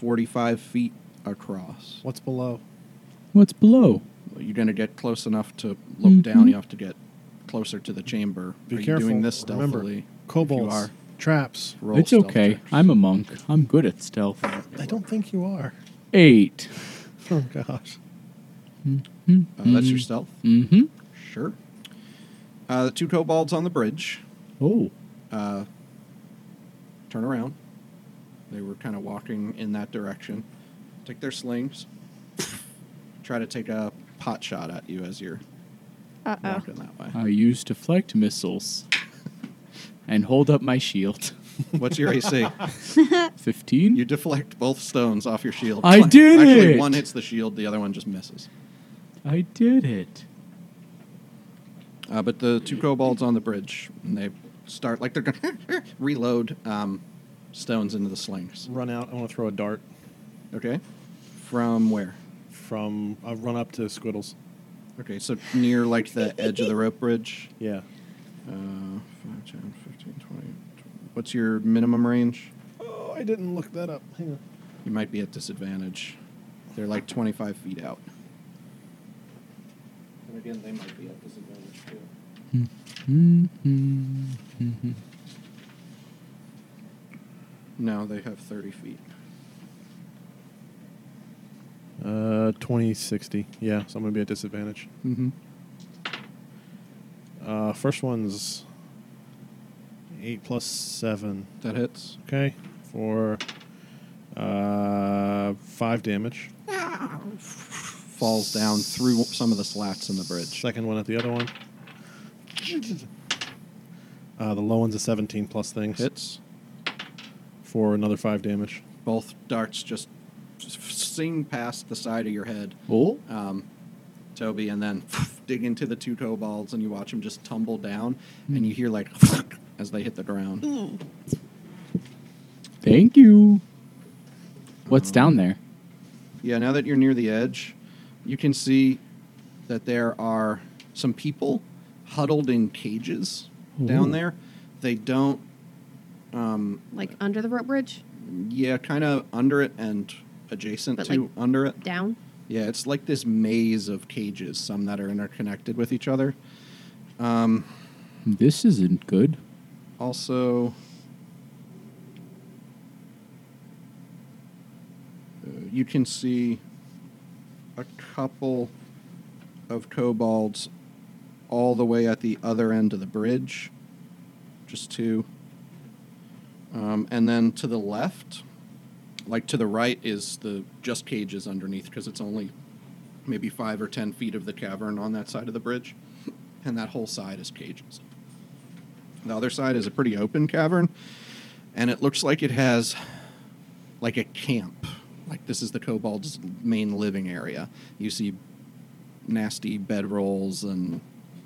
Speaker 2: 45 feet across.
Speaker 5: What's below?
Speaker 3: What's below?
Speaker 2: You're going to get close enough to look
Speaker 3: Mm-hmm.
Speaker 2: down. You have to get closer to the chamber.
Speaker 5: Be
Speaker 2: Are
Speaker 5: careful.
Speaker 2: you doing this
Speaker 5: Remember,
Speaker 2: stealthily? If you
Speaker 5: Kobolds,
Speaker 2: are,
Speaker 5: traps.
Speaker 2: roll
Speaker 3: it's
Speaker 2: stealth
Speaker 3: okay.
Speaker 2: checks. Uh,
Speaker 3: I'm a monk. I'm good at stealth.
Speaker 5: I don't think you are.
Speaker 3: Eight.
Speaker 5: Oh gosh.
Speaker 2: Uh, That's your stealth?
Speaker 3: Mm-hmm.
Speaker 2: Sure. Uh, the two kobolds on the bridge
Speaker 3: Oh.
Speaker 2: uh, turn around. They were kind of walking in that direction. Take their slings. Try to take a pot shot at you as you're
Speaker 4: Uh
Speaker 2: walking that way.
Speaker 3: I use deflect missiles and hold up my shield.
Speaker 2: What's your AC?
Speaker 3: Fifteen.
Speaker 2: You deflect both stones off your shield.
Speaker 3: I did
Speaker 2: Actually,
Speaker 3: it!
Speaker 2: one hits the shield, the other one just misses.
Speaker 3: I did it.
Speaker 2: Uh, but the two kobolds on the bridge, and they start like they're going to reload um, stones into the slings.
Speaker 5: Run out. I want to throw a dart
Speaker 2: Okay? From where?
Speaker 5: from. I run up to Squiddles.
Speaker 2: Okay, so near like the edge of the rope bridge.
Speaker 5: Yeah.
Speaker 2: Uh, 5, 10, 15, 20. What's your minimum range?
Speaker 5: Oh, I didn't look that up. Hang on.
Speaker 2: You might be at disadvantage. They're like 25 feet out. And again, they might be at disadvantage too.
Speaker 3: Mm-hmm.
Speaker 2: No, they have 30 feet.
Speaker 5: Uh, twenty sixty. Yeah, so I'm gonna be at disadvantage.
Speaker 2: Mm-hmm.
Speaker 5: Uh, first one's eight plus seven.
Speaker 2: That hits.
Speaker 5: Okay, for uh five damage.
Speaker 2: Falls down through some of the slats in the bridge.
Speaker 5: Second one at the other one. Uh, the low one's a seventeen plus things
Speaker 2: Hits.
Speaker 5: for another five damage.
Speaker 2: Both darts just s- sing past the side of your head.
Speaker 3: Oh.
Speaker 2: um, Toby, and then dig into the two toe balls, and you watch them just tumble down, and you hear like as they hit the ground.
Speaker 3: Thank you. What's down there?
Speaker 2: Yeah, now that you're near the edge, you can see that there are some people huddled in cages down
Speaker 3: Ooh.
Speaker 2: there. They don't,
Speaker 1: Like under the rope bridge?
Speaker 2: yeah, kind of under it and adjacent
Speaker 1: But,
Speaker 2: to
Speaker 1: like,
Speaker 2: under it.
Speaker 1: Down?
Speaker 2: Yeah, it's like this maze of cages, some that are interconnected with each other.
Speaker 3: This isn't good.
Speaker 2: Also, uh, you can see a couple of kobolds all the way at the other end of the bridge. Just two. Um, and then to the left, like to the right, is the just cages underneath because it's only maybe five or ten feet of the cavern on that side of the bridge. And that whole side is cages. The other side is a pretty open cavern, and it looks like it has like a camp. Like this is the kobold's main living area. You see nasty bedrolls and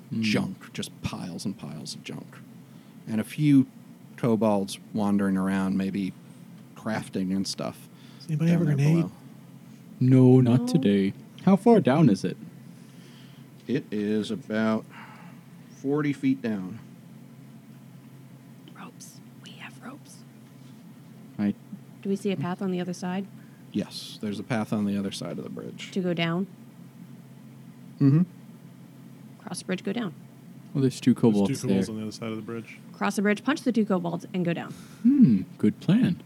Speaker 5: Hmm.
Speaker 2: junk, just piles and piles of junk. And a few kobolds wandering around, maybe crafting and stuff.
Speaker 5: Does anybody have
Speaker 2: down
Speaker 5: a
Speaker 2: there
Speaker 5: grenade?
Speaker 2: below.
Speaker 3: No, not
Speaker 1: No.
Speaker 3: today. How far down is it?
Speaker 2: It is about 40 feet down.
Speaker 1: Ropes. We have ropes.
Speaker 3: I
Speaker 1: Do we see a path on the other side
Speaker 2: Yes, there's a path on the other side of the bridge.
Speaker 1: to go down?
Speaker 2: Mm-hmm.
Speaker 1: Cross the bridge, go down.
Speaker 3: well, there's two
Speaker 5: There's
Speaker 3: kobolds
Speaker 5: two
Speaker 3: there.
Speaker 5: kobolds on the other side of the bridge.
Speaker 1: Cross the bridge, punch the two kobolds, and go down.
Speaker 3: Hmm. Good plan.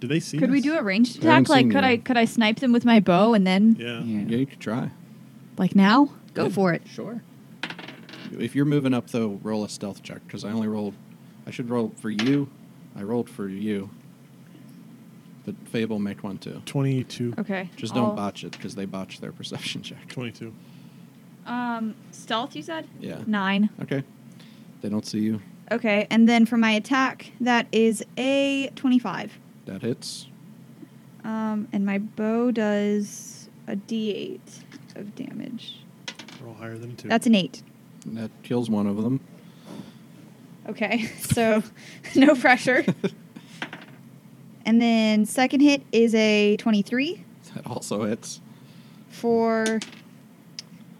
Speaker 5: Do they see?
Speaker 7: Could we
Speaker 5: us?
Speaker 7: do a ranged
Speaker 2: I haven't
Speaker 7: attack? Like,
Speaker 2: seen
Speaker 7: could
Speaker 2: you.
Speaker 7: I could I snipe them with my bow and then
Speaker 5: Yeah.
Speaker 2: Yeah, you could try.
Speaker 7: like now?
Speaker 1: Go for it.
Speaker 2: Sure. If you're moving up, though, roll a stealth check because I only rolled. I should roll for you. I rolled for you. But Fable make one too.
Speaker 5: Twenty-two.
Speaker 7: Okay.
Speaker 2: Just
Speaker 7: I'll-
Speaker 4: Oh.
Speaker 2: don't botch it because they botch their perception check.
Speaker 5: Twenty-two.
Speaker 4: Um,
Speaker 8: Stealth, you said?
Speaker 2: Yeah. Uh,
Speaker 7: Nine.
Speaker 2: Okay. They don't see you.
Speaker 4: okay, and then for my attack, that is a twenty-five.
Speaker 2: That hits.
Speaker 4: Um, and my bow does a D8 of damage.
Speaker 5: Roll higher than two.
Speaker 4: That's an eight.
Speaker 2: And that kills one of them.
Speaker 4: Okay, so no pressure. And then second hit is a 23
Speaker 2: That also hits.
Speaker 4: for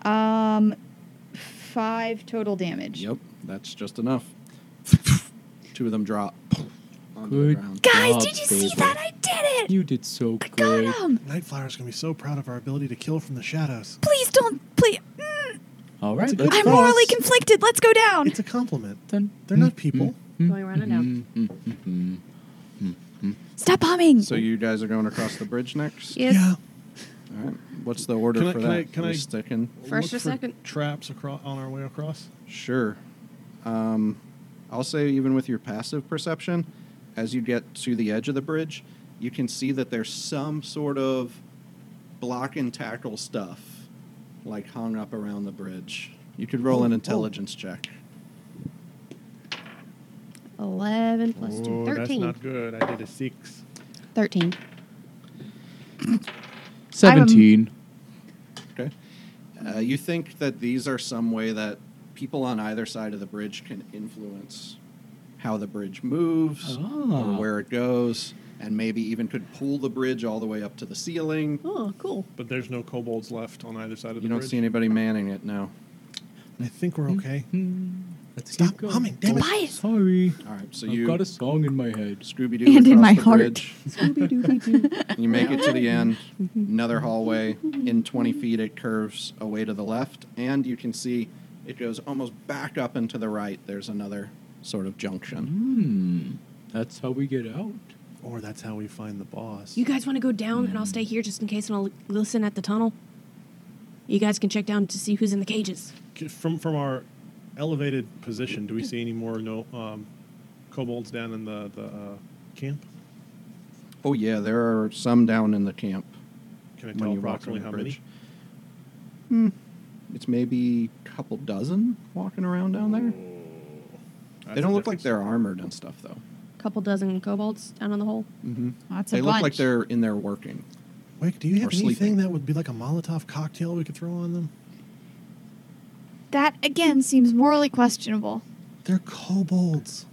Speaker 4: um 5 total damage.
Speaker 2: Yep, that's just enough. Two of them drop onto the
Speaker 3: Good
Speaker 2: ground.
Speaker 4: Guys,
Speaker 5: Oh,
Speaker 3: Job,
Speaker 4: did you see
Speaker 3: baby.
Speaker 4: that? I did it.
Speaker 3: You did so
Speaker 4: I got
Speaker 3: good.
Speaker 4: him.
Speaker 5: Nightflower's gonna be so proud of our ability to kill from the shadows.
Speaker 4: Please don't please. Mm,
Speaker 3: All right,
Speaker 5: It's a
Speaker 3: let's
Speaker 5: good
Speaker 4: I'm
Speaker 3: go.
Speaker 5: thought.
Speaker 4: morally conflicted. Let's go down.
Speaker 5: It's a compliment.
Speaker 3: Dun.
Speaker 5: They're not people.
Speaker 3: Hmm.
Speaker 1: Going around and down.
Speaker 3: Mm-hmm.
Speaker 4: Stop bombing.
Speaker 2: So you guys are going across the bridge next.
Speaker 1: Yes.
Speaker 5: Yeah.
Speaker 2: All right. What's the order
Speaker 5: Can I-
Speaker 2: for
Speaker 5: can
Speaker 2: that?
Speaker 5: I- can
Speaker 2: Are we
Speaker 5: I-
Speaker 2: sticking?
Speaker 1: First
Speaker 5: Look
Speaker 1: or
Speaker 5: for
Speaker 1: second?
Speaker 5: Traps across on our way across.
Speaker 2: Sure. Um, I'll say even with your passive perception, as you get to the edge of the bridge, you can see that there's some sort of block and tackle stuff like hung up around the bridge. You could roll an
Speaker 5: Oh, oh.
Speaker 2: intelligence check.
Speaker 1: 11 plus 2. 13.
Speaker 5: good. I did a six.
Speaker 1: 13.
Speaker 3: Seventeen.
Speaker 2: Okay. Uh, you think that these are some way that people on either side of the bridge can influence how the bridge moves
Speaker 3: Ah.
Speaker 2: or where it goes, and maybe even could pull the bridge all the way up to the ceiling.
Speaker 1: Oh, cool.
Speaker 5: But there's no kobolds left on either side of the
Speaker 2: You don't
Speaker 5: bridge.
Speaker 2: see anybody manning it now.
Speaker 5: I think we're okay.
Speaker 3: Let's
Speaker 5: Mm-hmm. Stop
Speaker 3: keep going.
Speaker 5: humming, damn it.
Speaker 4: Tobias.
Speaker 3: Sorry.
Speaker 2: All right, so
Speaker 3: I've
Speaker 2: you
Speaker 3: got a song in my head.
Speaker 2: Scooby Doo
Speaker 7: And in my
Speaker 2: the
Speaker 7: heart.
Speaker 2: bridge. you make it to the end. Another hallway. In 20 feet, it curves away to the left, and you can see it goes almost back up and to the right. There's another sort of junction.
Speaker 3: Hmm. That's how we get out.
Speaker 5: Or that's how we find the boss.
Speaker 1: You guys want to go down and I'll stay here just in case and I'll l- listen at the tunnel? You guys can check down to see who's in the cages.
Speaker 5: C- from from our elevated position, do we see any more no um, kobolds down in the the uh, camp?
Speaker 2: Oh yeah, there are some down in the camp.
Speaker 5: Can I
Speaker 2: when
Speaker 5: tell
Speaker 2: you walk
Speaker 5: approximately
Speaker 2: on
Speaker 5: how
Speaker 2: the
Speaker 5: many?
Speaker 2: bridge. Hmm, It's maybe a couple dozen walking around down there.
Speaker 5: Oh,
Speaker 2: they don't look like they're armored and stuff though. Mm-hmm.
Speaker 1: Couple dozen kobolds down on the hole.
Speaker 4: That's a
Speaker 2: they look
Speaker 4: bunch.
Speaker 2: like they're in there working.
Speaker 5: Wick, do you
Speaker 2: or
Speaker 5: have
Speaker 2: sleeping.
Speaker 5: anything that would be like a Molotov cocktail we could throw on them?
Speaker 4: That again seems morally questionable.
Speaker 5: They're kobolds.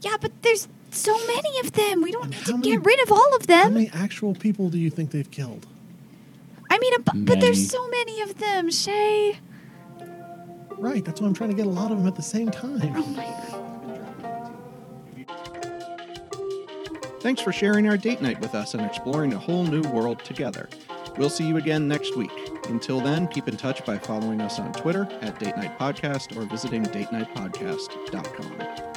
Speaker 4: Yeah, but there's so many of them. We don't
Speaker 5: And
Speaker 4: need
Speaker 5: how
Speaker 4: to
Speaker 5: many-
Speaker 4: get rid of all of
Speaker 5: How
Speaker 4: them.
Speaker 5: many actual people do you think they've killed?
Speaker 4: I mean, a bu- but
Speaker 3: Many.
Speaker 4: there's so many of them, Shay.
Speaker 5: Right, that's why I'm trying to get a lot of them at the same time.
Speaker 2: Thanks for sharing our date night with us and exploring a whole new world together. We'll see you again next week. Until then, keep in touch by following us on Twitter at Date Night Podcast or visiting datenightpodcast.com.